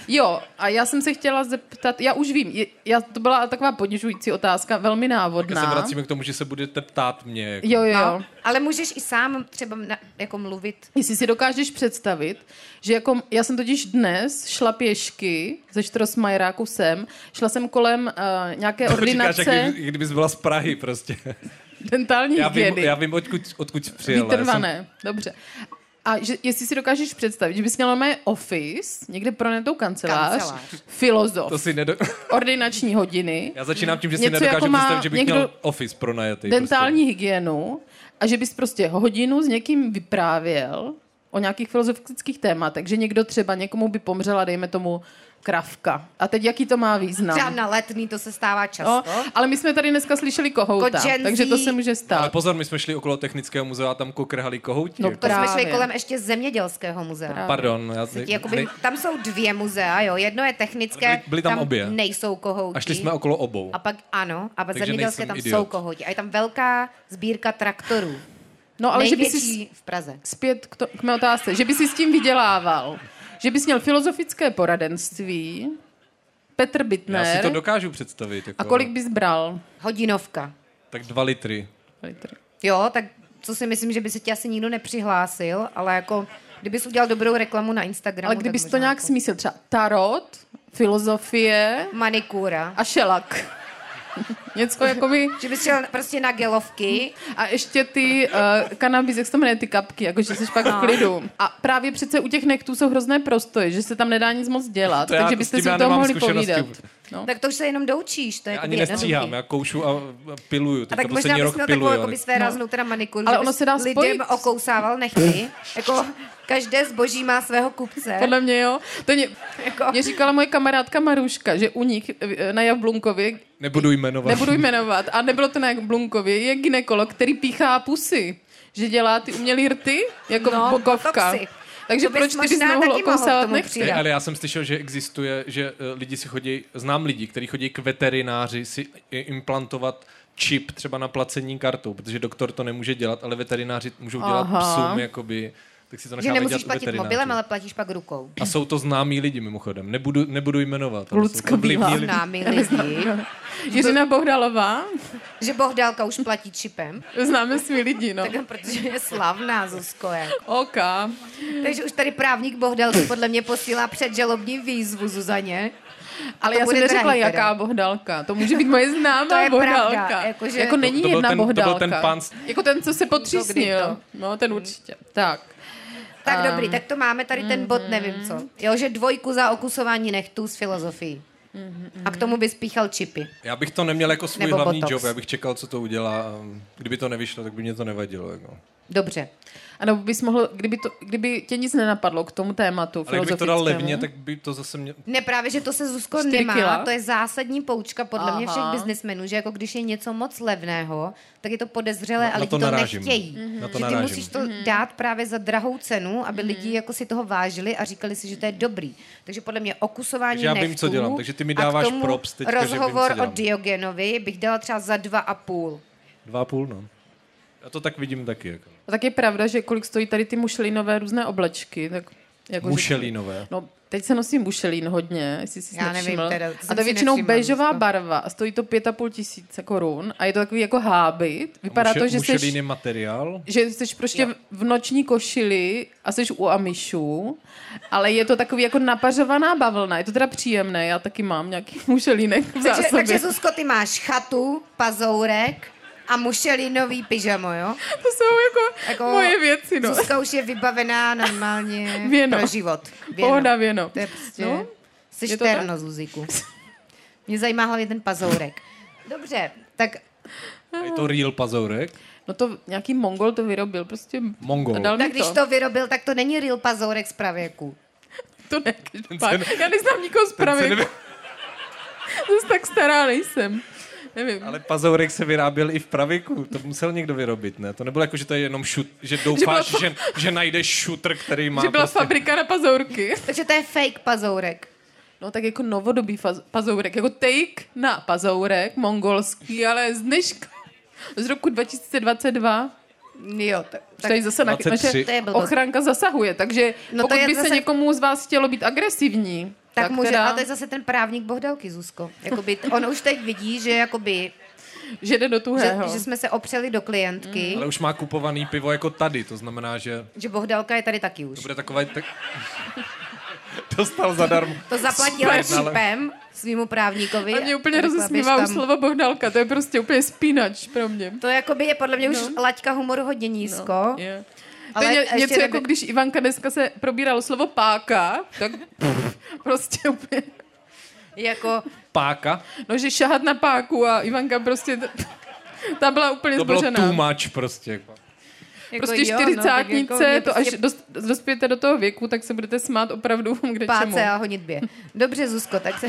S3: Jo, a já jsem se chtěla zeptat, já už vím, je, já, to byla taková ponižující otázka, velmi
S5: Tak se
S3: návodná.
S5: vracíme k tomu, že se budete ptát mě. Jako.
S3: Jo, jo, jo.
S4: No, ale můžeš i sám třeba na, jako mluvit.
S3: Jestli si dokážeš představit, že jako, já jsem totiž dnes šla pěšky ze Štrosmajeráku sem, šla jsem kolem uh, nějaké
S5: To říkáš,
S3: ordinace
S5: jak kdyby, jak kdybys byla z Prahy prostě.
S3: dentální
S5: Já vím,
S3: hygieny.
S5: já vím odkud, odkud jsi přijela. Já jsem-
S3: Vytrvané, dobře. A že, jestli si dokážeš představit, že bys měla mé office, někde pronajatou kancelář,
S4: Kancelář.
S3: kancelář, filozof,
S5: To si nedo...
S3: ordinační hodiny,
S5: Já začínám tím, že si
S3: Něco
S5: nedokážu
S3: jako má
S5: představit, že bych
S3: někdo-
S5: měl office prostě. pronajatý.
S3: dentální hygienu a že bys prostě hodinu s někým vyprávěl o nějakých filozofických tématech, že někdo třeba někomu by pomřela, dejme tomu, kravka. A teď jaký to má
S4: Třeba
S3: význam?
S4: na letný, to se stává
S3: No,
S4: často.
S3: ale my jsme tady dneska slyšeli kohouta,
S4: Jako Gen Z.
S3: takže to se může
S5: Prostě. Ale
S3: stát.
S5: pozor, my jsme šli okolo technického muzea a tam kokrhali kohouti.
S3: No,
S5: jako.
S4: to jsme
S3: právě.
S4: šli kolem ještě zemědělského muzea.
S5: Pardon, já ne,
S3: jako
S4: Jakoby,
S5: ne,
S4: tam jsou dvě muzea, jo. Jedno je technické,
S5: Ale byly- byly tam obě.
S4: nejsou kohouti.
S5: a šli jsme okolo obou.
S4: A pak ano, a pak
S5: Takže
S4: zemědělské
S5: nejsem
S4: tam
S5: idiot.
S4: jsou kohouti. A je tam velká sbírka traktorů.
S3: No ale že by si
S4: Největší v Praze.
S3: zpět k, to, k mé otázce, že by si s tím vydělával, že bys měl filozofické poradenství, Petr
S5: Já si
S3: Bitner,
S5: to dokážu představit. Jako,
S3: a kolik bys bral?
S4: Hodinovka.
S5: Tak dva litry.
S3: Litr.
S4: Jo, tak co si myslím, že by se tě asi nikdo nepřihlásil, ale jako kdybys udělal dobrou reklamu na Instagramu,
S3: Ale
S4: tak
S3: kdybys to
S4: možná
S3: nějak
S4: jako-
S3: smísil, třeba tarot, filozofie,
S4: Manikura.
S3: a šelak. Něco jako by...
S4: Že bys šel prostě na gelovky.
S3: A ještě ty uh, kanabis, jak se to jmenuje, ty kapky, jakože jsi pak
S4: No.
S3: v klidu. A právě přece u těch nechtů jsou hrozné prostory, že se tam nedá nic moc dělat,
S5: To já-
S3: takže
S5: s
S3: byste
S5: tím
S3: si
S5: já
S3: u toho
S5: nemám
S3: mohli
S5: zkušenosti.
S3: povídat. No.
S4: Tak to už se jenom doučíš, to je
S5: Já
S4: jako
S5: ani
S4: jednoduchý.
S5: nestříhám, já jako koušu a a piluju.
S4: A
S5: Teďka
S4: tak možná
S5: poslední
S4: bys
S5: rok
S4: měl
S5: piluju.
S4: takovou
S3: jako
S5: ale-
S4: jakoby své ráznou teda manikuru,
S3: No. Ale
S4: že
S3: ono
S4: bys
S3: se dá
S4: lidem
S3: spojit.
S4: okousával nechty. jako každé zboží má svého kupce.
S3: Podle mě jo. To mě,
S4: Jako-
S3: mě říkala moje kamarádka Maruška, že u nich eh, na Jablunkovi,
S5: Nebudu jmenovat.
S3: nebudu jmenovat, a nebylo to na Jablunkovi, je ginekolog, který píchá pusy, že dělá ty umělý rty, jako
S4: No,
S3: bokovka.
S4: botoxy.
S3: Takže
S4: To bys
S3: proč ty bys
S4: možná
S3: mohl
S4: taky mohl k
S3: okousávat
S4: tomu
S3: nechty?
S4: přidat.
S5: Ne, ale já jsem slyšel, že existuje, že eh, lidi si chodí, znám lidi, kteří chodí k veterináři si i- implantovat čip třeba na placení kartou, protože doktor to nemůže dělat, ale veterináři můžou dělat
S3: Aha.
S5: Aha. psům, jakoby, tak si to
S4: že
S5: nechávají
S4: nemusíš
S5: dělat u
S4: platit
S5: veterináře.
S4: mobilem, ale platíš pak rukou.
S5: A jsou to známí lidi mimochodem, nebudu, nebudu jmenovat. ale jsou to
S3: Lucko
S5: vlivní
S3: Bílá.
S5: lidi.
S4: Známí lidi,
S3: Jiřina Bohdalová,
S4: že Bohdálka už platí čipem,
S3: známe svý lidi, no.
S4: tak, protože je slavná Zuzko. Jako.
S3: OK.
S4: Takže už tady právník Bohdal podle mě posílá předžalobní výzvu Zuzaně.
S3: Ale
S4: To
S3: já jsem
S4: bude
S3: neřekla,
S4: drahý teda.
S3: jaká bohdalka. To může být moje
S4: To
S3: známá
S4: je
S3: bohdalka.
S4: pravda,
S3: Jakože...
S4: jakože-
S3: Jako není
S5: To- to byl
S3: jedna
S5: ten- to byl
S3: bohdalka.
S5: ten pán s-
S3: Jako ten, co se potřísnil.
S4: to.
S3: No, ten určitě. Tak.
S4: Tak dobrý, tak to máme tady ten bod,
S3: mhm.
S4: nevím co. Jo, že dvojku za okusování nechtů z filozofií.
S3: Mhm,
S4: A k tomu by spíchal čipy.
S5: Já bych to neměl jako svůj
S4: Nebo
S5: hlavní
S4: botox.
S5: job, já bych čekal, co to udělá. a Kdyby to nevyšlo, tak by mě to nevadilo. Jako.
S4: Dobře.
S3: A nebo bys mohl, kdyby, to, kdyby tě nic nenapadlo k tomu tématu
S5: Ale kdybych to dal
S3: filozofickému.
S5: levně, tak by to zase mě...
S4: Ne, právě, že to se Zuzko
S3: Čtyři
S4: nemá,
S3: kila?
S4: to je zásadní poučka podle mě všech
S3: Aha.
S4: biznismenů, že jako když je něco moc levného, tak je to podezřelé
S5: Na-
S4: a
S5: na
S4: lidi
S5: to
S4: to,
S5: narážím.
S4: nechtějí.
S5: Mhm. Na to
S4: že ty
S5: narážím.
S4: musíš to dát právě za drahou cenu, aby
S3: Mhm.
S4: lidi jako si toho vážili a říkali si, že to je dobrý. Takže podle mě okusování
S5: Takže já vím,
S4: nechtů
S5: co dělám, takže ty mi
S4: a k
S5: dáváš
S4: tomu
S5: props teďka, že vím, co
S4: rozhovor o
S5: dělám.
S4: Diogenovi bych dala třeba za dva a půl.
S5: Dva a půl, no. Já to tak vidím taky. Jako.
S3: A tak je pravda, že kolik stojí tady ty mušelinové různé oblečky. Tak jako že-
S5: Mušelínové.
S3: No, teď se nosí mušelín hodně, jestli si
S4: Já nevím,
S3: nevšiml.
S4: teda, to
S3: a
S4: jsem
S3: to je
S4: si
S3: většinou
S4: nevšimla,
S3: bežová
S4: Zuzko.
S3: barva a stojí to pět a půl tisíce korun a je to takový jako hábit. Vypadá to, že
S5: Mušelín
S3: jsi,
S5: je materiál.
S3: že jsi prostě v- v noční košili a jsi u Amišů, ale je to takový jako napařovaná bavlna. Je to teda příjemné, já taky mám nějaký mušelínek v
S4: Takže,
S3: zásobě.
S4: takže Zuzko, ty máš chatu, pazourek a mušelinový pyžamo, jo?
S3: To jsou jako, jako
S4: Jako-
S3: moje věci, no.
S4: Zuzka už je vybavená normálně
S3: Věno.
S4: pro život.
S3: Pohoda věno.
S4: To je prostě... No,
S3: No,
S4: jsi
S3: je to
S4: šterno, Zuziku. Mě zajímá hlavně ten pazourek. Dobře, tak
S5: A je to real pazourek.
S3: No to nějaký Mongol to vyrobil, prostě...
S5: Mongol.
S3: A dal
S4: tak
S3: mi
S4: když
S3: to.
S4: to vyrobil, tak to není real pazourek z pravěku.
S3: To ne, každopádně. Já neznám nikoho z pravěku.
S5: nevy-
S3: Zase tak stará nejsem. Nevím.
S5: Ale pazourek se vyráběl i v pravěku. To musel někdo vyrobit, ne? To nebylo jako, že to je jenom šut, že doufáš, že,
S3: byla
S5: že, najdeš šutr, který má
S3: že byla
S5: prostě...
S3: fabrika na pazourky.
S4: Takže to je fake pazourek.
S3: No tak jako novodobý faz- pazourek, jako take na pazourek, mongolský, ale z dneška, z roku 2022.
S4: Jo, tak,
S3: Tak tady zase na,
S5: 23.
S3: naše
S4: To je blbost.
S3: ochranka zasahuje, takže
S4: No to
S3: no pokud
S4: je
S3: by
S4: zase-
S3: se někomu z vás chtělo být agresivní, tak,
S4: tak, může,
S3: teda,
S4: ale to je zase ten právník Bohdalky, Zuzko. Jakoby, t- on už teď vidí, že, jakoby,
S3: že jde do
S4: že,
S3: tuhého.
S4: že jsme se opřeli do klientky,
S3: Mm,
S5: Ale už má kupovaný pivo jako tady, to znamená, že
S4: že Bohdalka je tady taky už.
S5: to bude taková... Tak... Dostal zadarmo.
S4: To zaplatila
S5: Super, ale-
S4: šípem svýmu právníkovi.
S3: A mě úplně
S4: Řekla, běž
S3: rozesmívá už
S4: tam.
S3: slovo Bohdalka, to je prostě úplně spínač pro mě.
S4: To jakoby je podle mě už
S3: No.
S4: laťka humoru hodně nízko. No,
S3: Je.
S4: Ale
S3: Ale to je
S4: ještě
S3: ně, něco
S4: neby-
S3: jako když Ivanka dneska se probíralo slovo páka, tak prostě úplně,
S4: Jako,
S5: Páka.
S3: no že šahat na páku a Ivanka prostě, t- ta byla úplně
S5: To bylo
S3: zbožená.
S5: too much prostě.
S4: jako
S3: Prostě
S4: jo, no, tak
S3: čtyřicátnice,
S4: mě
S3: to až
S4: prostě
S3: dost, dospějete do toho věku, tak se budete smát opravdu kde čemu.
S4: Páce a honitbě. Dobře, Zuzko, tak se...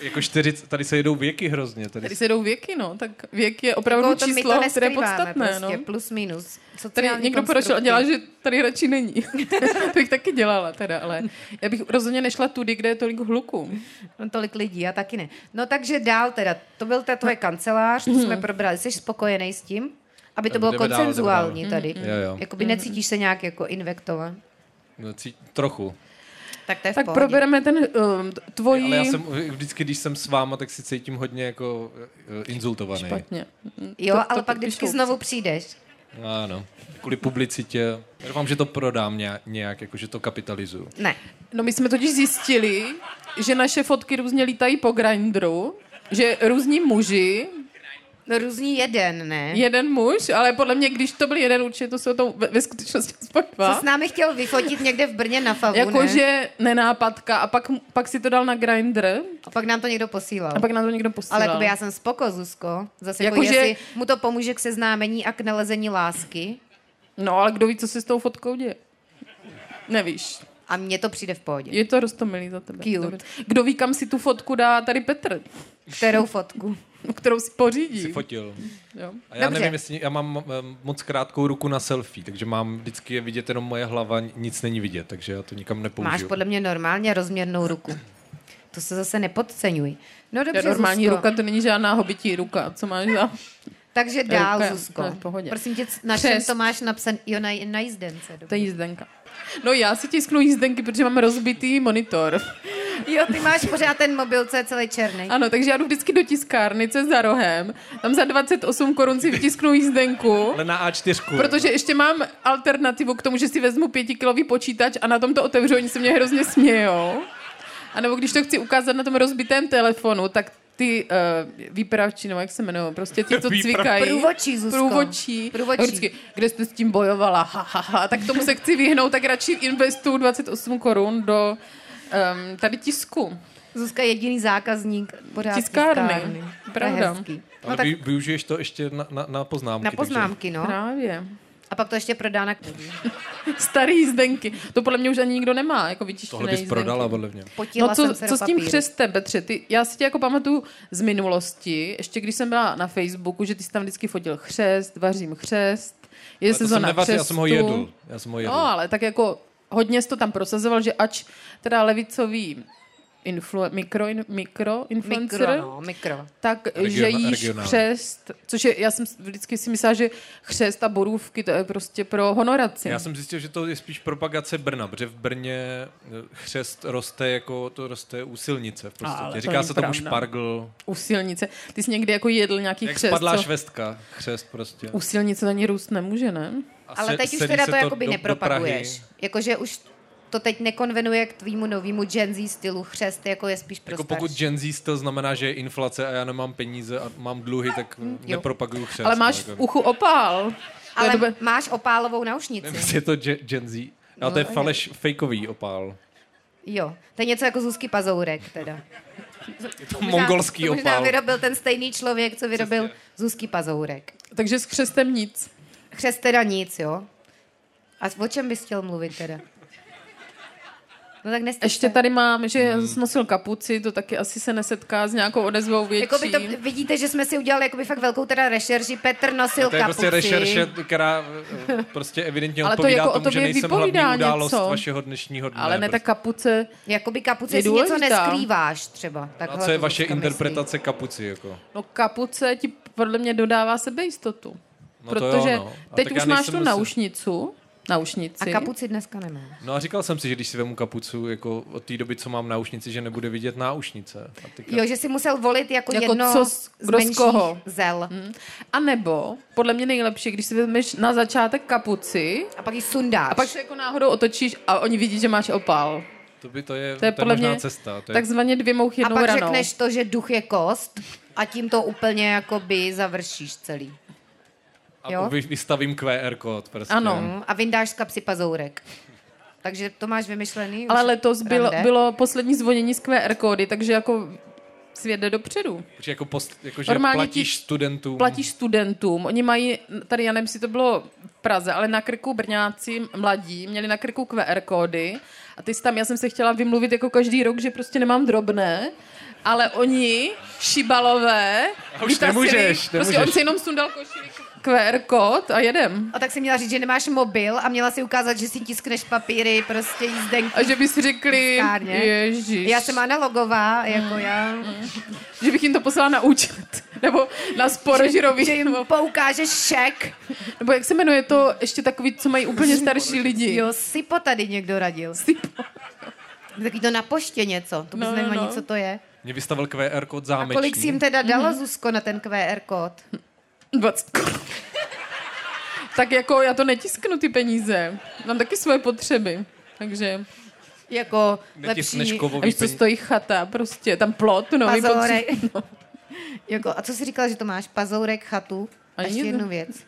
S5: Jako 40, tady se jedou věky hrozně. Tady,
S3: Tady se jdou věky, no, tak věk je opravdu
S4: Jako my
S3: číslo, které je
S4: neskrýváme
S3: podstatné.
S4: prostě,
S3: no.
S4: plus minus.
S3: Tady
S4: Sociální
S3: někdo porašil a dělá,
S4: konstrukty.
S3: že tady radši není. to bych taky dělala teda, ale já bych rozhodně nešla tudy, kde je tolik hluku.
S4: No, tolik lidí, já taky ne. No takže dál teda, to byl ta
S3: No.
S4: tvoje kancelář,
S3: Mhm.
S4: to jsme probrali. Jsi spokojený s tím? Aby to
S5: Tak
S4: bylo
S5: jdeme dál, jdeme
S4: koncenzuální
S5: dál.
S4: tady.
S5: Jo, jo.
S4: Jakoby necítíš se nějak jako invektovan.
S5: No, cí- trochu.
S4: Tak to je v
S3: Tak
S4: pohodě.
S3: probereme ten um, t- tvojí...
S5: Ale já jsem vždycky, když jsem s váma, tak si cítím hodně jako eh, insultovaný.
S3: Špatně.
S4: Jo,
S3: To- to
S4: ale pak
S3: píšou.
S4: vždycky znovu přijdeš.
S5: No, Ano. Kvůli publicitě. Já doufám, že to prodám nějak, nějak jako že to kapitalizuju.
S4: Ne.
S3: No my jsme totiž zjistili, že naše fotky různě lítají po grindru, že různí muži,
S4: No různý jeden, ne?
S3: jeden muž, ale podle mě, když to byl jeden, určitě to jsou to ve, ve skutečnosti aspoň
S4: Co
S3: dva.
S4: s námi chtěl vyfotit někde v Brně na favu, ne?
S3: Jakože nenápadka a pak, pak si to dal na grindr
S4: A pak nám to někdo posílal.
S3: a pak nám to někdo posílal.
S4: Ale jakoby já jsem spoko, Zuzko. Zase jako,
S3: Jakože-
S4: jestli mu to pomůže k seznámení a k nalezení lásky.
S3: No ale kdo ví, co se s tou fotkou děje? Nevíš.
S4: A mně to přijde v pohodě.
S3: Je to roztomilý za tebe.
S4: Cute.
S3: Dobře. Kdo ví, kam si tu fotku dá tady Petr,
S4: Kterou fotku?
S3: kterou si pořídí.
S5: Jsi fotil.
S3: jo.
S5: A já
S4: Dobře.
S5: Dobře. nevím, jestli já mám em, moc krátkou ruku na selfie, takže mám vždycky je vidět jenom moje hlava, nic není vidět, takže já to nikam nepoužiju.
S4: Máš podle mě normálně rozměrnou ruku. To se zase nepodceňuj. No
S3: To je
S4: dobře,
S3: normální
S4: Zuzko.
S3: ruka, to není žádná hobití ruka, co máš za...
S4: Takže dál,
S3: Ruka,
S4: Zuzko.
S3: to je v pohodě.
S4: Prosím tě, na čem
S3: Křest.
S4: to máš napsan? Jo, na, na jízdence.
S3: To
S4: dobře.
S3: je jízdenka. No já si tisknu jízdenky, protože mám rozbitý monitor.
S4: Jo, ty máš pořád ten mobil, co je celý černý.
S3: Ano, takže já jdu vždycky do tiskárnice za rohem, tam za 28 korun si vytisknu jízdenku.
S5: Ale na A4.
S3: Protože ještě mám alternativu k tomu, že si vezmu pětikilový počítač a na tom to otevřu, oni se mě hrozně smějou. A nebo když to chci ukázat na tom rozbitém telefonu, tak ty uh, výpravči, nebo jak se jmenují, prostě ty, co
S5: Výprav-
S3: cvikají.
S4: Průvodčí, Zuzko.
S3: Průvodčí.
S4: Průvodčí.
S3: A Vždycky, kde jste s tím bojovala, ha, ha, ha. Tak tomu se chci vyhnout, tak radši investuju 28 korun do um, tady tisku.
S4: Zuzka je jediný zákazník pořád
S3: Tiskárny.
S4: tiskárny. To je
S3: Pravda.
S4: hezký.
S5: Ale vy, využiješ to ještě na, na, na poznámky.
S4: Na no poznámky, no.
S3: Právě.
S4: A pak to ještě prodá na...
S3: Starý jízdenky. To podle mě už ani nikdo nemá, jako vytištěné
S5: Tohle bys
S3: jízdenky.
S5: prodala, podle mě.
S4: Potila
S3: No co,
S4: jsem se
S3: co
S4: do
S3: s tím
S4: papíru.
S3: křestem, Petře? Ty, já si tě jako pamatuju z minulosti, ještě když jsem byla na Facebooku, že ty jsi tam vždycky fotil chřest, vařím chřest, je
S5: Ale to jsem
S3: sezona
S5: nevařil,
S3: chřestu.
S5: já jsem ho jedl. Já jsem ho jedl.
S3: No, ale tak jako hodně jsi to tam prosazoval, že ač teda levicový influ, mikro, in, mikro influencer,
S4: Mikro, no, mikro.
S3: tak
S5: Region-
S3: že jíš
S5: regionál.
S3: chřest, což je, já jsem vždycky si myslela, že chřest a borůvky, to je prostě pro honoraci.
S5: Já jsem zjistil, že to je spíš propagace Brna, protože v Brně eh, chřest roste jako to roste u silnice v
S3: Ale
S5: podstatě.
S3: to
S5: Říká
S3: není
S5: se tomu
S3: pravda.
S5: špargl.
S3: U silnice. Ty jsi někdy jako jedl nějaký
S5: Jak
S3: chřest,
S5: spadlá
S3: co-
S5: švestka, chřest prostě.
S3: U silnice na ní růst nemůže, ne?
S5: A
S4: Ale
S5: se-
S4: teď už
S5: sedí
S4: teda
S5: se
S4: to jakoby
S5: do- do
S4: nepropaguješ. Jako
S5: Prahy.
S4: Jakože už to teď nekonvenuje k tvýmu novýmu Gen Z stylu chřest, jako je spíš pro
S5: Jako
S4: starší.
S5: pokud Gen Z to znamená, že je inflace a já nemám peníze a mám dluhy, tak nepropaguju chřest.
S3: Ale máš
S5: no,
S3: v
S5: jako.
S3: uchu opál. Ale...
S4: Ale
S3: To je to...
S4: máš opálovou náušnici.
S5: Nevím, je to Ge- Gen Z. No, to je
S4: No,
S5: faleš, fejkový opál.
S4: Jo, to je něco jako Zuzky Pazourek teda. Možná-
S5: Mongolský
S4: to Možná
S5: opál.
S4: vyrobil ten stejný člověk, co vyrobil Zuzky Pazourek.
S3: Takže s křestem nic.
S4: Křest teda nic, jo? A o čem bys chtěl mluvit teda? No tak nestyď
S3: Ještě
S4: se.
S3: tady mám, že hmm. nosil kapuci, to taky asi se nesetká s nějakou odezvou větší.
S4: Jakoby Jako to, vidíte, že jsme si udělali jakoby fakt velkou teda rešerši. Petr nosil
S5: To je prostě
S4: kapuci.
S5: rešerše, která eh, prostě evidentně
S3: Ale to
S5: odpovídá
S3: jako o
S5: tomu, že
S3: tobě
S5: nejsem hlavní
S3: vypovídá
S5: událost
S3: něco.
S5: vašeho dnešního dne.
S3: Ale ne,
S5: prostě.
S3: ta kapuce.
S4: Jakoby kapuce
S3: Je
S4: si něco
S3: důležitá.
S4: neskrýváš třeba.
S5: A
S4: Takhle
S5: co je
S4: to
S5: vaše
S4: Zuzka jako myslí.
S5: interpretace kapuci? Jako?
S3: No kapuce ti podle mě dodává sebejistotu.
S5: No to jo,
S3: Protože
S5: no. A
S3: teď
S5: tak
S3: už
S5: já
S3: máš
S5: nejsem
S3: tu
S5: zase-
S3: naušnicu, naušnici.
S4: A kapuci dneska nemám.
S5: No a říkal jsem si, že když si vemu kapucu jako od té doby, co mám náušnici, že nebude vidět náušnice. A ty
S4: Jo, že si musel volit jako,
S3: Jako
S4: jedno
S3: co s-
S4: z
S3: kdo z
S4: menších
S3: koho. Hmm.
S4: zel.
S3: A nebo, podle mě nejlepší, když si vezmeš na začátek kapuci
S4: A pak ji sundáš.
S3: a pak se jako náhodou otočíš a oni vidí, že máš opal.
S5: to, by, to je,
S3: To je podle
S5: možná
S3: mě
S5: cesta. To je,
S3: takzvaně dvě mouchy
S4: a
S3: jednou
S4: pak
S3: ranou.
S4: řekneš to, že duch je kost a tím to úplně jakoby završíš celý.
S5: a
S4: jo.
S5: vy- vystavím QR kód. Prostě.
S3: Ano.
S4: Mm, A vyndáš z kapsy pazourek. Takže to máš vymyšlený? už
S3: Ale letos bylo,
S4: rande?
S3: bylo poslední zvonění z QR kódy, takže jako svět jde dopředu.
S5: Protože jako, post, jako že
S3: Normálně
S5: platíš
S3: ti-
S5: studentům.
S3: Platíš studentům, oni mají, tady já nevím, jestli to bylo v Praze, ale na krku Brňáci mladí měli na krku QR kódy a ty jsi tam, já jsem se chtěla vymluvit jako každý rok, že prostě nemám drobné, ale oni, šibalové,
S5: A už
S3: vytasili-
S5: nemůžeš,
S3: prostě
S5: nemůžeš.
S3: on si jenom sundal košík QR kód a jedem.
S4: A tak si měla říct, že nemáš mobil a měla si ukázat, že si tiskneš papíry, prostě jízdenky.
S3: A že by si řekli,
S4: Tiskárně.
S3: ježiš. Mm.
S4: Já jsem analogová, jako já.
S3: že bych jim to poslala na účet, nebo na sporožirový,
S4: Že jim
S3: nebo,
S4: poukážeš šek.
S3: nebo jak se jmenuje to, ještě takový, co mají úplně starší lidi.
S4: Jo, Sipo tady někdo radil.
S3: Sypo.
S4: Taky to na poště něco. To bys
S3: No,
S4: no,
S3: no,
S4: nevěděl,
S3: no.
S4: co to je.
S5: Mě vystavil QR kód
S4: A
S5: zámečný.
S4: kolik jsi jim teda dala,
S3: Mhm.
S4: mm-hmm. Zuzko, na ten QR kód?
S3: 20 korun. Tak jako já to netisknu ty peníze. Mám taky svoje potřeby. Takže,
S4: Jako
S5: Netiskneš
S4: lepší...
S5: kovový
S3: a víš, co
S5: peníze.
S3: stojí chata, prostě, tam plot, nový
S4: Pazourek.
S3: potřeby.
S4: Jako, a co jsi říkala, že to máš? Pazourek, chatu a
S3: Ani
S4: ještě
S3: jedno.
S4: jednu věc.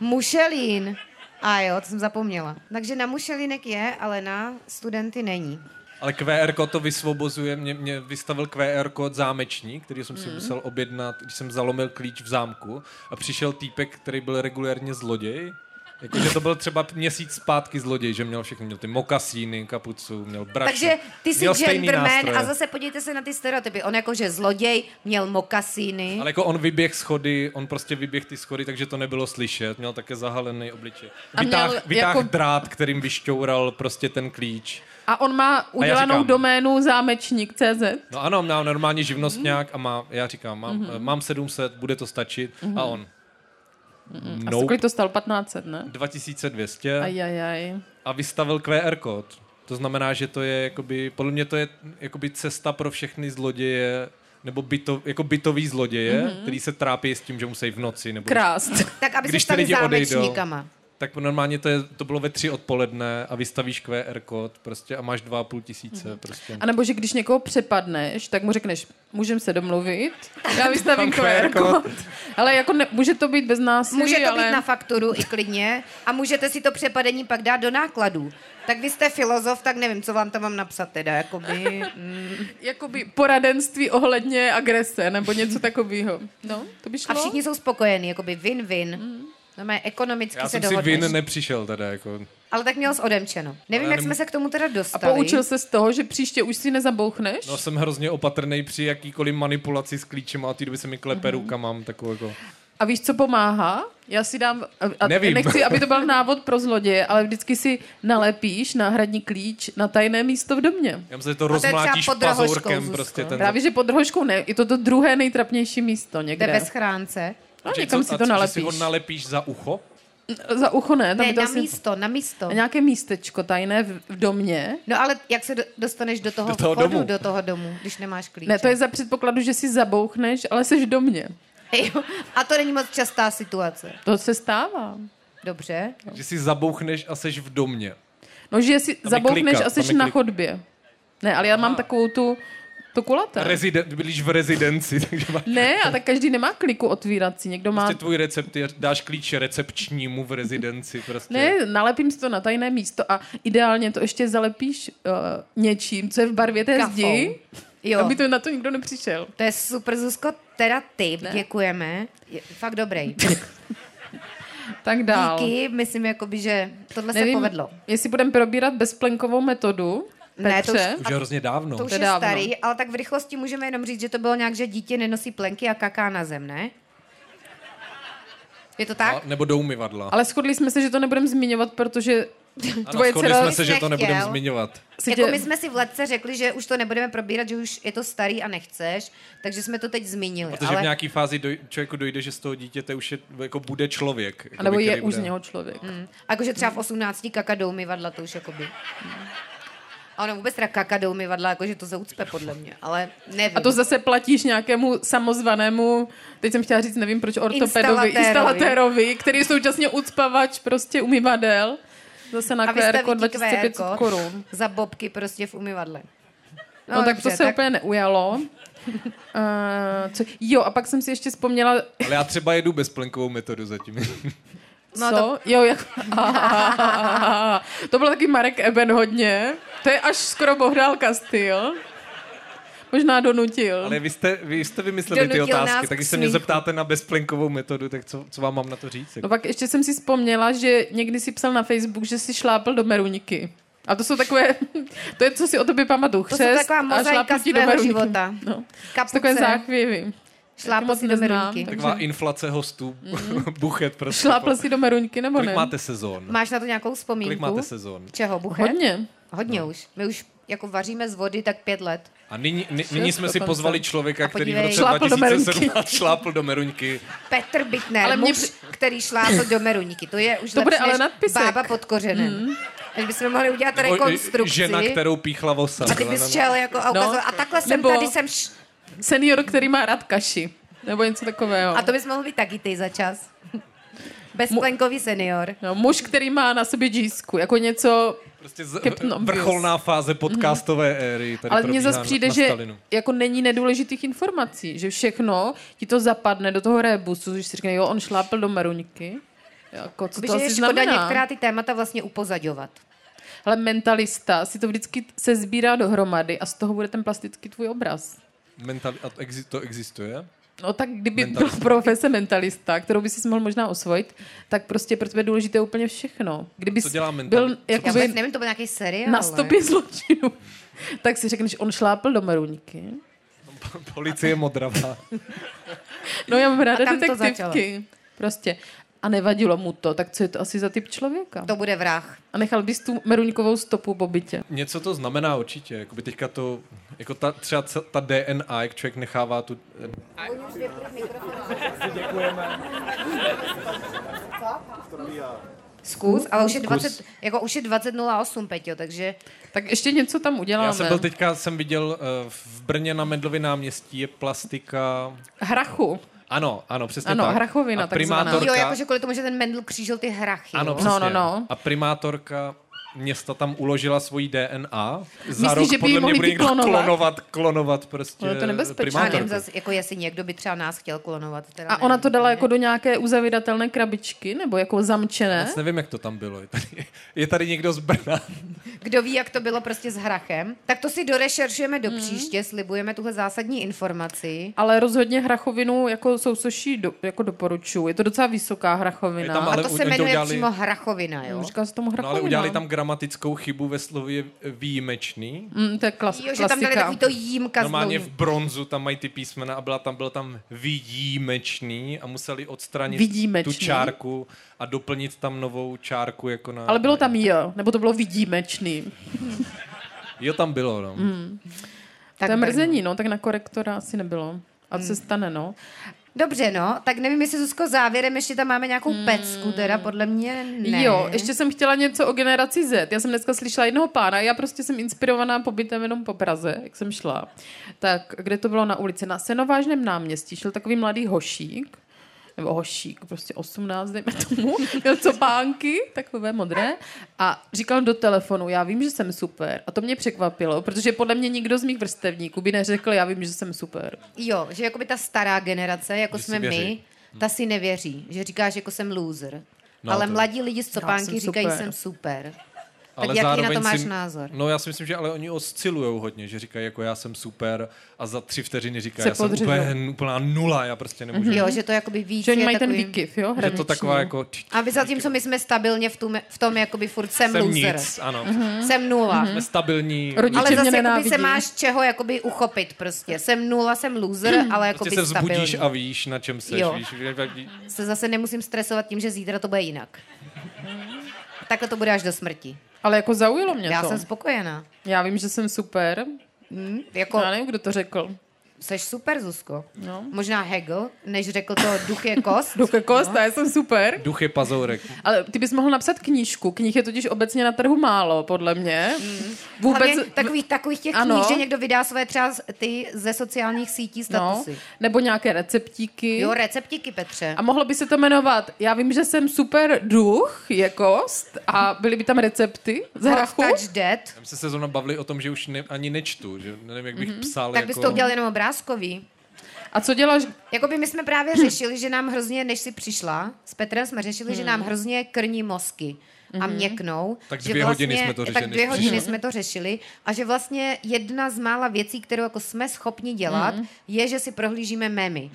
S4: Mušelín. A jo, to jsem zapomněla. Takže na mušelínek je, ale na studenty není.
S5: Ale QR kód to vysvobozuje. Mě, mě vystavil QR kód zámečník, který jsem
S4: Mhm.
S5: si musel objednat, když jsem zalomil klíč v zámku. A přišel týpek, který byl regulérně zloděj. Jakože to byl třeba měsíc zpátky zloděj, že měl všechno, měl ty mokasíny, kapucu, měl brašno.
S4: Takže ty jsi
S5: měl stejný
S4: gentleman
S5: nástroje.
S4: a zase podívejte se na ty stereotypy. On jakože zloděj, měl mokasíny.
S5: Ale jako on vyběh schody, on prostě vyběh ty schody, takže to nebylo slyšet. Měl také zahalený obličej.
S3: A měl
S5: Vytáhl, vytáhl
S3: jako-
S5: jako... drát, kterým vyšťoural prostě ten klíč.
S3: A on má udělanou
S5: říkám-
S3: doménu zámečník.cz.
S5: No ano, má normální
S4: Mhm.
S5: živnost nějak a má, já říkám, mám, mm-hmm. mám 700, bude to stačit.
S4: Mhm.
S5: Mm-hmm. A on,
S3: A
S5: mm-hmm.
S3: nope.
S5: nope,
S3: kolik to stal? 1500, ne?
S5: 2200 a,
S3: Ajajaj.
S5: a vystavil QR kód. To znamená, že to je, jakoby, podle mě to je jakoby cesta pro všechny zloděje, nebo byto, jako bytový zloděje, mm-hmm. který se trápí s tím, že musí v noci. Nebo
S3: Krást.
S4: Tak Mhm. aby se
S5: Když ty
S4: stali
S5: lidi odejdou.
S4: zámečníkama.
S5: Tak normálně to, je, to bylo ve tři odpoledne a vystavíš QR kód prostě a máš dva a půl tisíce.
S4: Mhm.
S5: Prostě.
S3: A nebo, že když někoho přepadneš, tak mu řekneš, můžeme se domluvit, já vystavím
S5: Mám QR
S3: QR kód. Ale jako ne, může to být bez násilí,
S4: Může to
S3: ale...
S4: být na fakturu i klidně a můžete si to přepadení pak dát do nákladů. Tak vy jste filozof, tak nevím, co vám tam mám napsat teda, jakoby. Mm.
S3: jakoby poradenství ohledně agrese nebo něco takového. No, to by šlo.
S4: A všichni jsou spokojení, jakoby win-win. No mé, ekonomicky
S5: Já
S4: se
S5: jsem si
S4: dohodneš.
S5: vin nepřišel teda, jako.
S4: Ale tak měl jsi odemčeno. Nevím,
S5: Ale
S4: jak
S5: nem-
S4: jsme se k tomu teda
S3: A
S4: dostali.
S3: poučil se z toho, že příště už si nezabouchneš?
S5: No jsem hrozně opatrný při jakýkoliv manipulaci s klíčem a od té doby se mi klepe
S3: Mhm.
S5: ruka, mám takovou jako...
S3: A víš, co pomáhá? Já si dám, a, a
S5: Nevím.
S3: nechci, aby to byl návod pro zloděje, ale vždycky si nalepíš náhradní klíč na tajné místo v domě.
S5: Já myslím, že to
S4: je třeba
S5: rozmlátíš
S4: pod rohoškou,
S5: pazourkem
S4: Zuzko.
S5: prostě ten...
S3: Právě, že pod rohoškou ne, je to to druhé nejtrapnější místo
S4: Jde ve
S3: někde.
S4: schránce.
S3: No,
S5: Že
S3: někam
S5: co-
S3: si
S5: a
S3: to
S5: co, že
S3: nalepíš.
S5: si ho nalepíš za ucho?
S3: Za ucho ne, tam
S4: Ne,
S3: je to
S4: na
S3: asi
S4: místo, na místo.
S3: nějaké místečko tajné v, v domě.
S4: No ale jak se do- dostaneš do toho,
S5: Do toho
S4: vchodu,
S5: domu.
S4: do toho domu, když nemáš klíče?
S3: Ne, to je za předpokladu, že si zabouchneš, ale jsi v domě.
S4: Jo, A to není moc častá situace.
S3: To se stává.
S4: Dobře.
S5: Že si zabouchneš a seš v domě.
S3: No, že si
S5: je
S3: zabouchneš
S5: klika,
S3: a
S5: tam
S3: jsi
S5: je
S3: na
S5: klik.
S3: chodbě. Ne, ale já mám takovou tu, tu kulaté.
S5: Reziden, bydlíš v rezidenci, takže máš
S3: Ne, a tak každý nemá kliku otvírací. Někdo má...
S5: prostě tvůj recept, je- dáš klíč recepčnímu v rezidenci prostě.
S3: Ne, nalepím si to na tajné místo a ideálně to ještě zalepíš uh, něčím, co je v barvě té
S4: Kafou.
S3: zdi,
S4: Jo.
S3: aby to na to nikdo nepřišel.
S4: To je super, Zuzko, teda tip, děkujeme. Je fakt dobrý.
S3: Tak dál.
S4: Díky, myslím, jakoby, že tohle se povedlo.
S3: jestli budeme probírat bezplenkovou metodu,
S4: Ne, to
S3: Petře,
S4: už-
S5: Už je hrozně dávno.
S4: To už
S3: No, To je
S4: je
S3: dávno.
S4: starý, ale tak v rychlosti můžeme jenom říct, že to bylo nějak, že dítě nenosí plenky a kaká na zem, ne? Je to
S3: No,
S4: tak?
S5: A- Nebo do umyvadla.
S3: ale shodli jsme se, že to nebudeme zmiňovat, protože
S5: Ano,
S3: tvoje
S5: shodli
S3: dcera
S5: jsme se, že
S4: nechtěl.
S5: to nebudeme zmiňovat.
S3: si
S4: Jako
S3: tě...
S4: my jsme si v letce řekli, že už to nebudeme probírat, že už je to starý a nechceš, takže jsme to teď zmínili.
S5: Protože
S4: ale...
S5: v nějaký fázi doj, člověku dojde, že z toho dítěte už je, jako bude člověk. Jako
S3: A nebo je
S5: který
S3: už
S5: bude-
S3: z něho
S4: Hmm.
S3: člověk.
S4: A Jakože třeba v 18 kaka do umyvadla, to už jakoby... A ono vůbec teda kaka do umyvadla, jakože to se ucpe podle mě, ale nevím.
S3: A to zase platíš nějakému samozvanému, teď jsem chtěla říct, nevím proč, ortopedovi,
S4: Instalatérovi.
S3: instalatérovi, který je současně ucpavač prostě umývadel. Zase na
S4: a vystaví
S3: QR
S4: ti
S3: 2500
S4: QR-ko
S3: korun.
S4: Za bobky prostě v umyvadle.
S3: No, no tak to se tak... úplně neujalo. Uh, co, jo, a pak jsem si ještě vzpomněla,
S5: Ale já třeba jedu bezplenkovou metodu zatím.
S3: no, co? To... Jo, jak... to byl taky Marek Eben hodně. To je až skoro Bohdálka styl. Možná donutil.
S5: Ale vy jste, vy jste vymysleli ty
S4: Donutil nás
S5: otázky,
S4: k
S5: tak když se mě
S4: smíchu.
S5: zeptáte na bezplenkovou metodu, tak co, co vám mám na to říct?
S3: No
S5: Jako?
S3: pak ještě jsem si vzpomněla, že někdy si psal na Facebook, že si šlápl do Meruniky. A to jsou takové, to je, co si o tobě pamatuju.
S4: To
S3: Chřest
S4: jsou taková
S3: a
S4: mozaika
S3: šlápnutí do
S4: svého
S3: Meruniky.
S4: života.
S3: No. Z
S4: Kapuce,
S3: takové záchvěvy.
S4: šlápl
S3: moc
S4: si do
S3: neznám,
S4: Merunky.
S3: tak-
S5: Taková inflace hostů,
S3: Mhm.
S5: buchet prostě.
S3: Šlápl si do Meruniky nebo
S5: Kolik
S3: ne?
S5: máte sezon?
S4: Máš na to nějakou vzpomínku?
S5: Kolik máte sezon?
S4: Čeho, buche?
S3: Hodně.
S4: Hodně
S5: No.
S4: už. My už jako vaříme z vody tak pět let.
S5: A nyní, ny, nyní jsme si
S3: dokonce.
S5: pozvali člověka,
S4: A
S5: který v
S4: podívej.
S5: roce
S3: Šlápl do Meruňky.
S5: 2017 šlápl do Meruňky.
S4: Petr Bitner,
S3: Ale
S4: ale
S3: mě
S4: muž, který šlápl do Meruniky. To je už
S3: To bude
S4: lepší
S3: ale
S4: než
S3: nadpisek.
S4: bába pod kořenem. Mm. Až bychom mohli udělat
S5: Nebo, e,
S4: rekonstrukci.
S5: Žena, kterou píchla vosa.
S4: A ty bys šel jako a ukazoval, a takhle jsem
S3: No. Nebo-
S4: tady jsem š...
S3: Senior, který má rád kaši. Nebo něco takového.
S4: A to bys mohl být taky ty za čas. Bezplenkový senior.
S3: No, muž, který má na sobě džísku. Jako něco
S5: Prostě z,
S3: Captain
S5: vrcholná fáze podcastové éry. Tady
S3: Ale mně
S5: probíhá
S3: zase
S5: na-
S3: přijde,
S5: na
S3: že
S5: Stalinu.
S3: jako není nedůležitých informací, že všechno ti to zapadne do toho rebusu, že si řekne, jo, on šlápl do Meruňky. Jako, co to
S4: Protože je
S3: asi
S4: škoda
S3: znamená?
S4: některá ty témata vlastně upozaďovat.
S3: Ale mentalista si to vždycky se sbírá dohromady a z toho bude ten plastický tvůj obraz.
S5: Mental, a to, exi, to existuje?
S3: No tak kdyby byla
S5: Mentalista.
S3: profese mentalista, kterou by si mohl možná osvojit, tak prostě pro tebe je důležité úplně všechno. Kdyby
S5: Co dělá
S3: byl
S5: mentalista? Co
S4: Já
S3: jakoby,
S4: vůbec nevím, to byl nějaký seriál.
S3: Jako na
S4: ne?
S3: stopě zločinu, tak si řekneš, on šlápl do Meruňky.
S5: Policie modravá.
S3: No já mám ráda
S4: tam to
S3: detektivky. Prostě. A nevadilo mu to, tak co je to asi za typ člověka?
S4: To bude vrah.
S3: A nechal bys tu meruňkovou stopu po bytě.
S5: Něco to znamená určitě. Jakoby teďka to, jako ta, třeba ce- ta DNA, jak člověk nechává tu...
S4: Zkus, ale už je 20, jako už je 20.08, Peťo, takže
S3: Tak ještě něco tam uděláme.
S5: Já jsem byl teďka, jsem viděl eh, v Brně na Mendlově náměstí je plastika...
S3: Hrachu.
S5: Ano, ano, přesně
S3: Ano,
S5: tak.
S3: hrachovina
S5: a
S3: takzvaná.
S5: primátorka,
S4: jo, jakože kvůli tomu, že ten Mendl křížil ty hrachy.
S5: Ano,
S4: jo.
S5: přesně.
S3: no, no.
S5: A primátorka města tam uložila svoji DNA. Za
S3: Myslíš, že
S5: rok
S3: by ji
S5: podle mě
S3: mohli
S5: bude někdo
S3: klonovat?
S5: klonovat, klonovat prostě
S3: No, je to nebezpečné.
S4: Já
S5: primátorku.
S4: nevím, zase, jako jestli někdo by třeba nás chtěl klonovat. Teda
S3: A
S4: nevím.
S3: ona to dala jako do nějaké uzavíratelné krabičky, nebo jako zamčené?
S5: Vůbec nevím, jak to tam bylo. Je tady, je tady někdo z Brna. No,
S4: Kdo ví, jak to bylo prostě s hrachem. Tak to si dorešeršujeme
S3: Mhm.
S4: do příště, slibujeme tuhle zásadní informaci.
S3: Ale rozhodně hrachovinu jako sousoší do, jako doporučuji. Je to docela vysoká
S5: Je
S3: hrachovina.
S5: tam
S4: A
S5: ale
S4: to
S5: u-
S4: se jmenuje
S5: dodali-
S4: přímo hrachovina, jo?
S3: Říká se tomu
S5: No
S3: hrachovina.
S5: ale udělali tam gramatickou chybu ve slově výjimečný.
S3: Mm, to je klas,
S4: Jo, že
S3: klasika.
S4: tam dali takový to jímka z
S5: Normálně v
S4: dlouhý.
S5: bronzu tam mají ty písmena a byla tam, byl tam výjimečný a museli odstranit
S3: Vidímečný.
S5: tu čárku a doplnit tam novou čárku jako na...
S3: Ale bylo tam jo, nebo to bylo vidímečný.
S5: Jo, tam bylo, no. Mm.
S4: Tak Hmm.
S3: to je
S4: Brno.
S3: mrzení, no, tak na korektora asi nebylo. A co se stane, no?
S4: Dobře, no, tak nevím, jestli Zuzko závěrem, ještě tam máme nějakou pecku, teda podle mě ne.
S3: Hmm. Jo, ještě jsem chtěla něco o generaci Z. Já jsem dneska slyšela jednoho pána, já prostě jsem inspirovaná pobytem jenom po Praze, jak jsem šla. Tak kde to bylo na ulici? Na Senovážném náměstí šel takový mladý hošík, nebo hošík, prostě 18, dejme tomu, měl copánky, takové modré, a říkal do telefonu, já vím, že jsem super. A to mě překvapilo, protože podle mě nikdo z mých vrstevníků by neřekl, já vím, že jsem super.
S4: Jo, že jakoby ta stará generace, jako
S5: Že si
S4: jsme my,
S5: věří.
S4: ta si nevěří, že říkáš, jako jsem loser. No,
S5: No,
S4: ale
S5: to-
S4: mladí lidi z copánky
S3: jsem
S4: říkají,
S3: super.
S4: jsem super. Tak jaký na to máš názor?
S5: No já si myslím, že ale oni oscilují hodně, že říkají jako já jsem super a za tři vteřiny říkají
S3: Se
S5: já jsem
S3: podřizou.
S5: úplně, úplná nula, já prostě nemůžu.
S4: Jo, že to jakoby víc
S3: Že oni
S4: je
S3: mají ten
S4: takový...
S3: výkyv, jo?
S5: Že to
S3: hraniční.
S5: taková jako... tch, tch,
S4: A vy zatímco my jsme stabilně v, tom, v tom jakoby furt jsem,
S5: Jsem
S4: loser. Mhm.
S5: nic, ano. Mm-hmm.
S4: Jsem nula.
S5: Stabilní.
S3: Rodiče
S4: Ale
S3: mě
S4: zase jakoby
S3: Mhm. nenávidí.
S4: se máš čého jakoby uchopit prostě. Jsem nula, jsem loser, ale jakoby
S5: Prostě se vzbudíš
S4: stabilní.
S5: a víš, na čem seš.
S4: Jo.
S5: Víš, víš,
S4: se zase nemusím stresovat tím, že zítra to bude jinak. Takhle to bude až do smrti.
S3: Ale jako zaujalo mě
S4: Já
S3: Mhm. to.
S4: jsem spokojená.
S3: Já vím, že jsem super.
S4: Hm? Jako,
S3: Já nevím, kdo to řekl.
S4: seš super, Zuzko.
S3: No.
S4: Možná Hegel, než řekl to duch je kost.
S3: Duke Kosta, já jsem super.
S5: duch je pazourek.
S3: No. Ale ty bys mohl napsat knížku. Knih je totiž obecně na trhu málo, podle mě. Vůbec...
S4: Hlavně takových, takových těch
S3: Ano.
S4: knih, že někdo vydá své třeba z- ty ze sociálních sítí
S3: No,
S4: statusy. No.
S3: nebo nějaké receptíky.
S4: Jo, receptiky, Petře.
S3: A mohlo by se to jmenovat, já vím, že jsem super duch, je kost, a byly by tam recepty z hrachu.
S4: Touch dead.
S5: My jsme se zrovna bavili o tom, že už ne, ani nečtu, že nevím, jak bych
S3: Mhm.
S5: mm-hmm. psal.
S4: Tak
S5: jako...
S4: bys to udělal jenom obrázkový.
S3: A co děláš?
S4: Jakoby my jsme právě
S3: Hm.
S4: řešili, že nám hrozně, než si přišla, s Petrem jsme řešili,
S3: Hm.
S4: že nám hrozně krní mozky
S3: Mhm.
S4: a měknou. že
S5: Tak
S4: vlastně-
S5: dvě hodiny jsme to řešili,
S4: Tak dvě
S5: než
S4: hodiny
S5: přišla.
S4: jsme to řešili a že vlastně jedna z mála věcí, kterou jako jsme schopni dělat,
S3: Mhm.
S4: je, že si prohlížíme memy.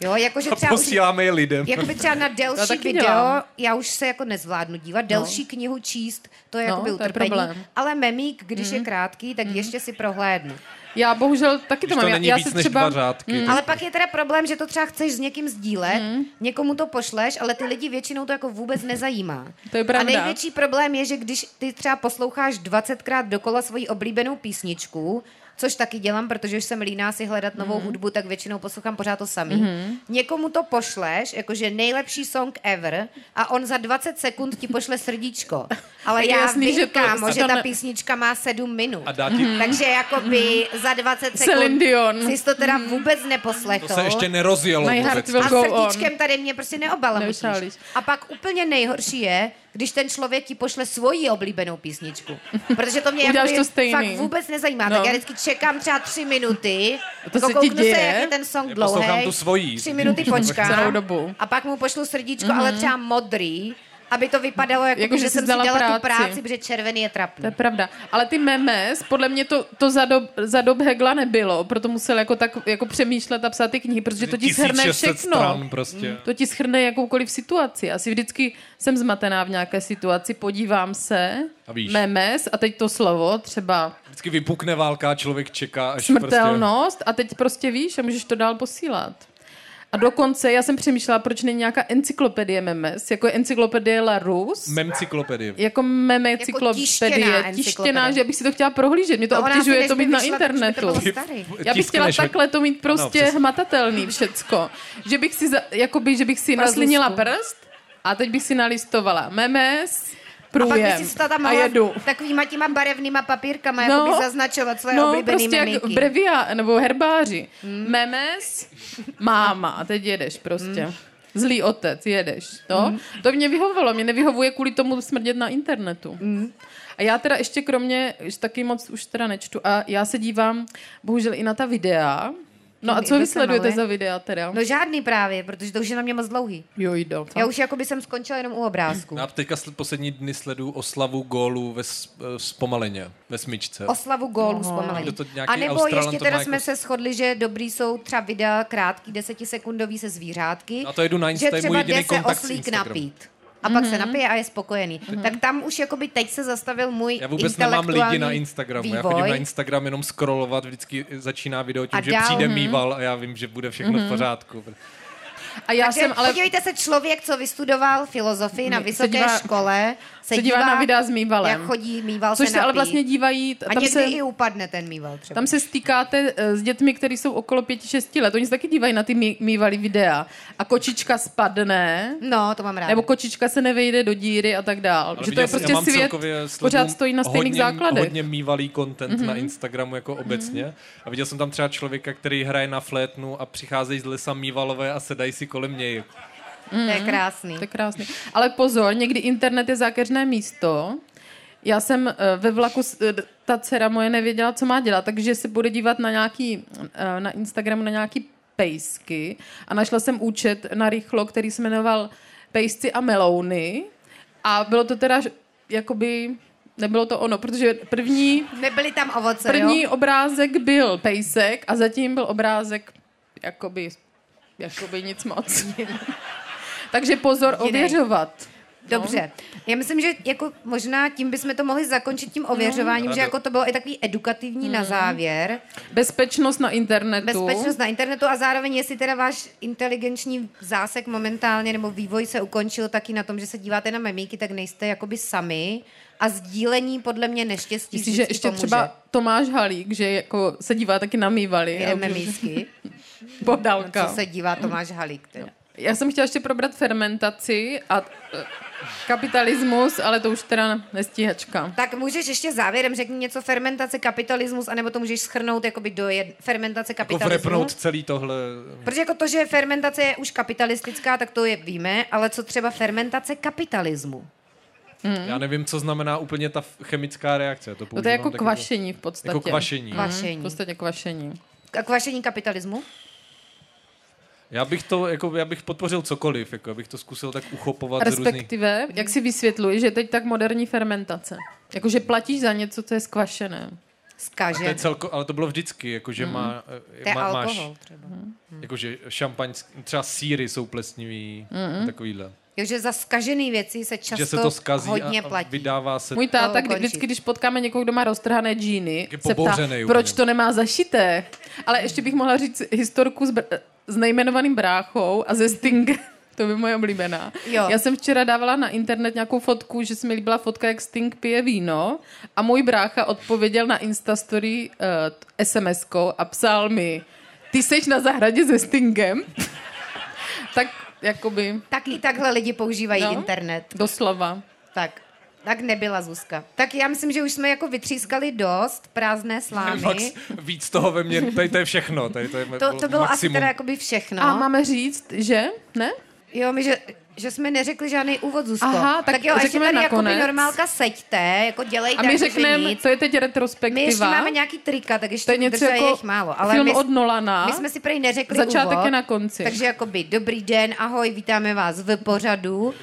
S4: Jo, jakože
S5: A
S4: třeba už,
S5: posíláme je lidem.
S4: jakoby třeba na delší
S3: taky
S4: video,
S3: Mhm. dělám.
S4: já už se jako nezvládnu dívat, delší knihu číst, to je
S3: No,
S4: jakoby
S3: to je
S4: utrpení,
S3: problém. Mhm.
S4: ale memík, když je krátký, tak ještě si prohlédnu.
S3: Já bohužel taky to
S5: Když
S3: mám.
S5: to
S3: Já,
S5: není
S3: já
S5: víc
S3: se
S5: než
S3: třeba... Mhm.
S5: dva řádky.
S3: Mm.
S5: tak-
S4: Ale pak je teda problém, že to třeba chceš s někým sdílet, někomu to pošleš, ale ty lidi většinou to jako vůbec nezajímá.
S3: To je pravda.
S4: A největší problém je, že když ty třeba posloucháš 20krát dokola svoji oblíbenou písničku, což taky dělám, protože už jsem líná si hledat novou
S3: Mm.
S4: hudbu, tak většinou poslouchám pořád to samý.
S3: Mhm.
S4: Někomu to pošleš, jakože nejlepší song ever, a on za 20 sekund ti pošle srdíčko. Ale
S3: Je
S4: já
S3: jasný,
S4: vím,
S3: že to-
S4: kámo,
S3: a
S4: že
S3: to
S4: ta
S3: ne-
S4: písnička má 7 minut.
S5: A dá
S3: Mhm.
S5: ti-
S4: Mm. Takže jakoby
S3: Mm-hmm.
S4: za 20
S3: Celine
S4: sekund
S3: Dion.
S4: jsi to teda vůbec neposlechl.
S5: To se ještě nerozjelo
S3: My
S5: vůbec.
S3: heart
S4: a
S3: will Mm-hmm. go on.
S4: srdíčkem tady mě prostě neobalamutíš.
S3: Neušálíš.
S4: A pak úplně nejhorší je, když ten člověk ti pošle svoji oblíbenou písničku. Protože to mě
S3: Uděláš
S4: jakoby
S3: to stejný.
S4: fakt vůbec nezajímá. No.
S3: No.
S4: Tak já vždycky čekám třeba tři minuty. jako
S3: To se ti
S4: kouknu
S3: děje?
S4: se, jak je ten song
S5: Já
S4: dlouhý.
S5: poslouchám tu svojí.
S4: Tři minuty počkám.
S3: Celou dobu. Mhm.
S4: A pak mu pošlu srdíčko, ale třeba modrý. Aby to vypadalo, jako,
S3: Jako,
S4: že,
S3: že jsi
S4: jsem si
S3: dala
S4: dělala tu
S3: práci.
S4: práci, protože červený je
S3: To
S4: trapný.
S3: je pravda. Ale ty memes, podle mě to, to za, dob, za dob Hegla nebylo, proto musel jako tak jako přemýšlet a psát ty knihy, protože to ti shrne
S5: 1600
S3: všechno. Mhm.
S5: stran prostě.
S3: To ti schrne jakoukoliv situaci. Asi vždycky jsem zmatená v nějaké situaci, podívám se,
S5: A víš.
S3: memes a teď to slovo, třeba
S5: Vždycky vypukne válka a člověk čeká, až
S3: smrtelnost a teď prostě víš a můžeš to dál posílat. A dokonce já jsem přemýšlela, proč není nějaká encyklopedie memes, jako je encyklopedie La Rus.
S5: prostě... Memcyklopedie.
S3: jako meme
S4: tištěná
S3: cyklopedie, tištěná,
S4: encyklopedie.
S3: že bych si to chtěla prohlížet. Mě to
S4: No, ona asi,
S3: obtěžuje
S4: než
S3: to
S4: by
S3: mít na
S4: vyšla, tak už by to
S3: internetu.
S4: bylo starý.
S3: Já bych chtěla
S5: Tiskneš,
S3: takhle to mít
S5: No,
S3: prostě
S5: přesně.
S3: hmatatelný všecko. Že bych si, za, jakoby, že bych si
S4: Pro
S3: naslinila
S4: Zuzku.
S3: prst a teď bych si nalistovala memes,
S4: A pak by
S3: průjem
S4: si to tam
S3: a
S4: mohla
S3: jedu.
S4: takovýma těma barevnýma papírkama
S3: No.
S4: jakoby zaznačovat svoje
S3: No,
S4: oblíbený
S3: prostě jak
S4: mimiky.
S3: brevia, nebo herbáři. Hmm. Memes, máma, a teď jedeš prostě. Hmm. Zlý
S4: Hmm. Hmm.
S3: otec, jedeš. To, to mě vyhovovalo, mě nevyhovuje kvůli tomu smrdět na internetu. A já teda ještě kromě, že taky moc už teda nečtu, a já se dívám bohužel i na ta videa. No a
S4: Kdo
S3: co vy
S4: se
S3: sledujete
S4: maluje?
S3: za videa teda?
S4: No žádný právě, protože to už je na mě moc dlouhý.
S3: Jo, jdo.
S4: Já už jakoby jsem skončila jenom u obrázku.
S5: No a teďka sl- poslední dny sleduju oslavu gólu ve s- eh, zpomaleně, ve smyčce.
S4: Oslavu gólů
S3: No.
S4: vzpomalení.
S5: Kdo to nějaký
S4: A nebo
S5: Australan
S4: ještě
S5: to
S4: teda
S5: má
S4: jsme
S5: jako-
S4: se shodli, že dobrý jsou třeba videa krátký, desetisekundový se zvířátky.
S5: A to jedu na Insta,
S4: že
S5: je můj
S4: třeba
S5: jediný
S4: jde se
S5: kontakt s
S4: oslík
S5: Instagramem.
S4: napít. A pak mm-hmm.
S3: Mhm.
S4: se napije a je spokojený. Mm-hmm. Tak tam už jakoby teď se zastavil můj
S5: Já vůbec nemám
S4: intelektuální
S5: lidi na Instagramu.
S4: Vývoj.
S5: Já chodím na Instagram jenom scrollovat, vždycky začíná video tím,
S4: A
S5: že
S4: dál,
S5: přijde
S4: mhm.
S5: mýval a já vím, že bude všechno
S3: Mhm.
S5: v pořádku.
S3: A já
S4: Takže
S3: jsem ale
S4: Podívejte se, člověk, co vystudoval filozofii na
S3: Ne, se
S4: vysoké
S3: dívá-
S4: škole, se,
S3: se dívá na videa s mývalem.
S4: jak chodí mýval
S3: Což
S4: se
S3: se ale
S4: napít.
S3: vlastně dívají, t-
S4: A
S3: tam
S4: někdy
S3: se,
S4: i upadne ten mýval třeba.
S3: tam se stýkáte eh, s dětmi, které jsou okolo 5-6 let. Oni se taky dívají na ty mý- mývalý videa. A kočička spadne,
S4: No, to mám ráda.
S3: nebo kočička se nevejde do díry a tak dál. Že
S5: Ale
S3: to je
S5: viděl jsem-
S3: prostě
S5: já mám
S3: svět,
S5: celkově sledu
S3: pořád stojí na stejných
S5: hodně,
S3: základech. Mhm.
S5: Hodně mývalý content mm-hmm. na Instagramu jako obecně. A viděl jsem tam třeba člověka, který hraje na flétnu a přicházejí z lesa mývalové a sedají si kolem něj. Jako
S4: To
S3: Mhm.
S4: je krásný.
S3: To je krásný. Ale pozor, někdy internet je zákeřné místo. Já jsem eh, ve vlaku, s- eh, ta dcera moje nevěděla, co má dělat, takže se bude dívat na nějaký, eh, na Instagramu na nějaký pejsky a našla jsem účet na rychlo, který se jmenoval Pejsci a melouny a bylo to teda ž- jakoby, nebylo to ono, protože první,
S4: Nebyly tam ovoce,
S3: první no.
S4: jo?
S3: obrázek byl pejsek a zatím byl obrázek jakoby, jakoby nic moc. Takže pozor
S4: Jinej.
S3: ověřovat.
S4: Dobře. Já myslím, že jako možná tím bychom to mohli zakončit
S3: No.
S4: tím ověřováním, že jako to bylo i takový edukativní
S3: Mhm.
S4: na závěr.
S3: Bezpečnost na internetu.
S4: Bezpečnost na internetu a zároveň, jestli teda váš inteligenční zásek momentálně nebo vývoj se ukončil taky na tom, že se díváte na memíky, tak nejste jakoby sami a sdílení podle mě neštěstí
S3: Myslíš, že
S4: vždycky
S3: ještě
S4: pomůže.
S3: třeba Tomáš Halík, že jako se dívá taky na mývaly.
S4: Jedeme mísky.
S3: Podálka.
S4: No, Co se dívá Tomáš Halík teda.
S3: Já jsem chtěla ještě probrat fermentaci a eh, kapitalismus, ale to už teda nestíhačka.
S4: Tak můžeš ještě závěrem řekni něco fermentace kapitalismus, anebo to můžeš schrnout jakoby do jed... fermentace
S5: Jako
S4: kapitalismu.
S5: vrepnout celý tohle.
S4: Protože jako to, že fermentace je už kapitalistická, tak to je víme, ale co třeba fermentace
S3: Mhm.
S4: kapitalismu?
S5: Já nevím, co znamená úplně ta f- chemická reakce. Já To,
S3: No to je
S5: používám
S3: jako
S5: taky-
S3: kvašení v podstatě.
S5: Jako kvašení.
S3: Mhm,
S4: Kvašení.
S3: V podstatě kvašení.
S4: A kvašení kapitalismu?
S5: Já bych to, jako, já bych podpořil cokoliv, jako, já bych to zkusil tak uchopovat z různých...
S3: Respektive, jak si vysvětluji, že je teď tak moderní fermentace. Jakože platíš za něco, co je skvašené.
S5: To je
S4: Zkaže.
S5: celko, ale to bylo vždycky, jako, že má,
S4: To je
S5: má,
S4: alkohol Mm. třeba.
S3: Mhm.
S5: Jakože šampaňský, třeba síry jsou plesnivý, mm-hmm. takovýhle.
S4: Jo, že za skažený věci se často
S5: že se to skazí
S4: hodně
S5: a, a
S4: platí.
S5: vydává se...
S3: Můj táta,
S4: Toho
S3: kdy,
S4: No, končí.
S3: vždycky, když potkáme někoho, kdo má roztrhané džíny,
S5: Taky
S3: se ptá,
S5: pobouřenej
S3: proč
S5: úplně.
S3: to nemá zašité. Ale ještě bych mohla říct historku s, br- s nejmenovaným bráchou a ze Sting. To by moje oblíbená.
S4: Jo.
S3: Já jsem včera dávala na internet nějakou fotku, že se mi líbila fotka, jak Sting pije víno a můj brácha odpověděl na Instastory uh, SMS-kou a psal mi, ty seš na zahradě se Stingem? tak jakoby
S4: Taky takhle lidi používají
S3: No.
S4: internet.
S3: doslova.
S4: Tak. Tak nebyla Zuzka. Tak já myslím, že už jsme jako vytřískali dost prázdné slámy.
S5: Max, víc toho ve mně, tady to je všechno. Tady to, je
S4: To, to bylo asi
S5: maximum.
S4: teda jakoby všechno.
S3: A máme říct, že? Ne?
S4: Jo, my, že, že jsme neřekli žádný úvod, Zuzko.
S3: Aha, tak
S4: tak jo, a ještě
S3: řekněme
S4: tady
S3: nakonec.
S4: jakoby normálka seďte, jako dělejte
S3: A my
S4: jakože
S3: řekneme,
S4: nic.
S3: to je teď
S4: My ještě
S3: retrospektiva.
S4: máme nějaký trika, tak ještě
S3: to je něco jako
S4: jich málo. Ale
S3: film
S4: my,
S3: od Nolana.
S4: my jsme si prý neřekli
S3: Začátek
S4: úvod,
S3: je na konci.
S4: Takže jakoby dobrý den, ahoj, vítáme vás v pořadu.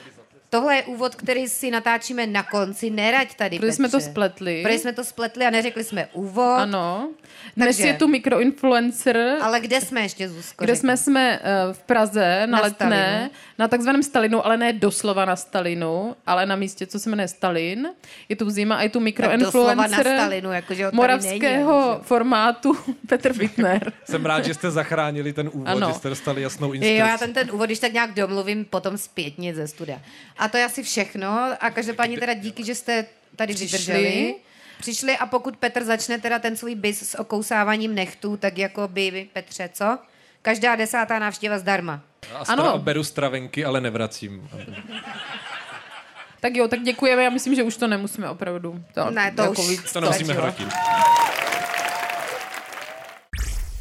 S4: Tohle je úvod, který si natáčíme na konci, nerať tady,
S3: Protože jsme
S4: Petře.
S3: to spletli.
S4: Protože jsme to spletli a neřekli jsme úvod.
S3: Ano. Dnes
S4: Takže-
S3: je tu mikroinfluencer,
S4: Ale kde jsme ještě, Zuzko?
S3: kde
S4: řekni.
S3: jsme jsme eh, v Praze, na,
S4: Na
S3: Letné,
S4: Stalinu.
S3: na takzvaném Stalinu, ale ne doslova na Stalinu, ale na místě, co se jmenuje Stalin. Je tu zima a je tu
S4: doslova na
S3: mikroinfluencer
S4: Stalinu, jakože ho tady
S3: moravského
S4: není, že?
S3: formátu Petr Wittner.
S5: Jsem rád, že jste zachránili ten úvod,
S3: Ano.
S5: že jste dostali jasnou instrukci.
S4: Jo, já ten, ten úvod, když tak nějak domluvím, potom zpětně ze studia. A to je asi všechno. A každopádně teda díky, že jste tady
S3: Přišli.
S4: vydrželi. Přišli a pokud Petr začne teda ten svůj bis s okousáváním nechtů, tak jako by Petře, co? Každá desátá návštěva zdarma.
S5: A
S3: Ano.
S5: ano. beru stravenky, ale nevracím.
S3: Tak jo, tak děkujeme, já myslím, že už to nemusíme opravdu. To,
S4: Ne, to
S3: jako
S4: už-
S3: víc
S5: To nemusíme
S4: Stačilo.
S5: hrotit.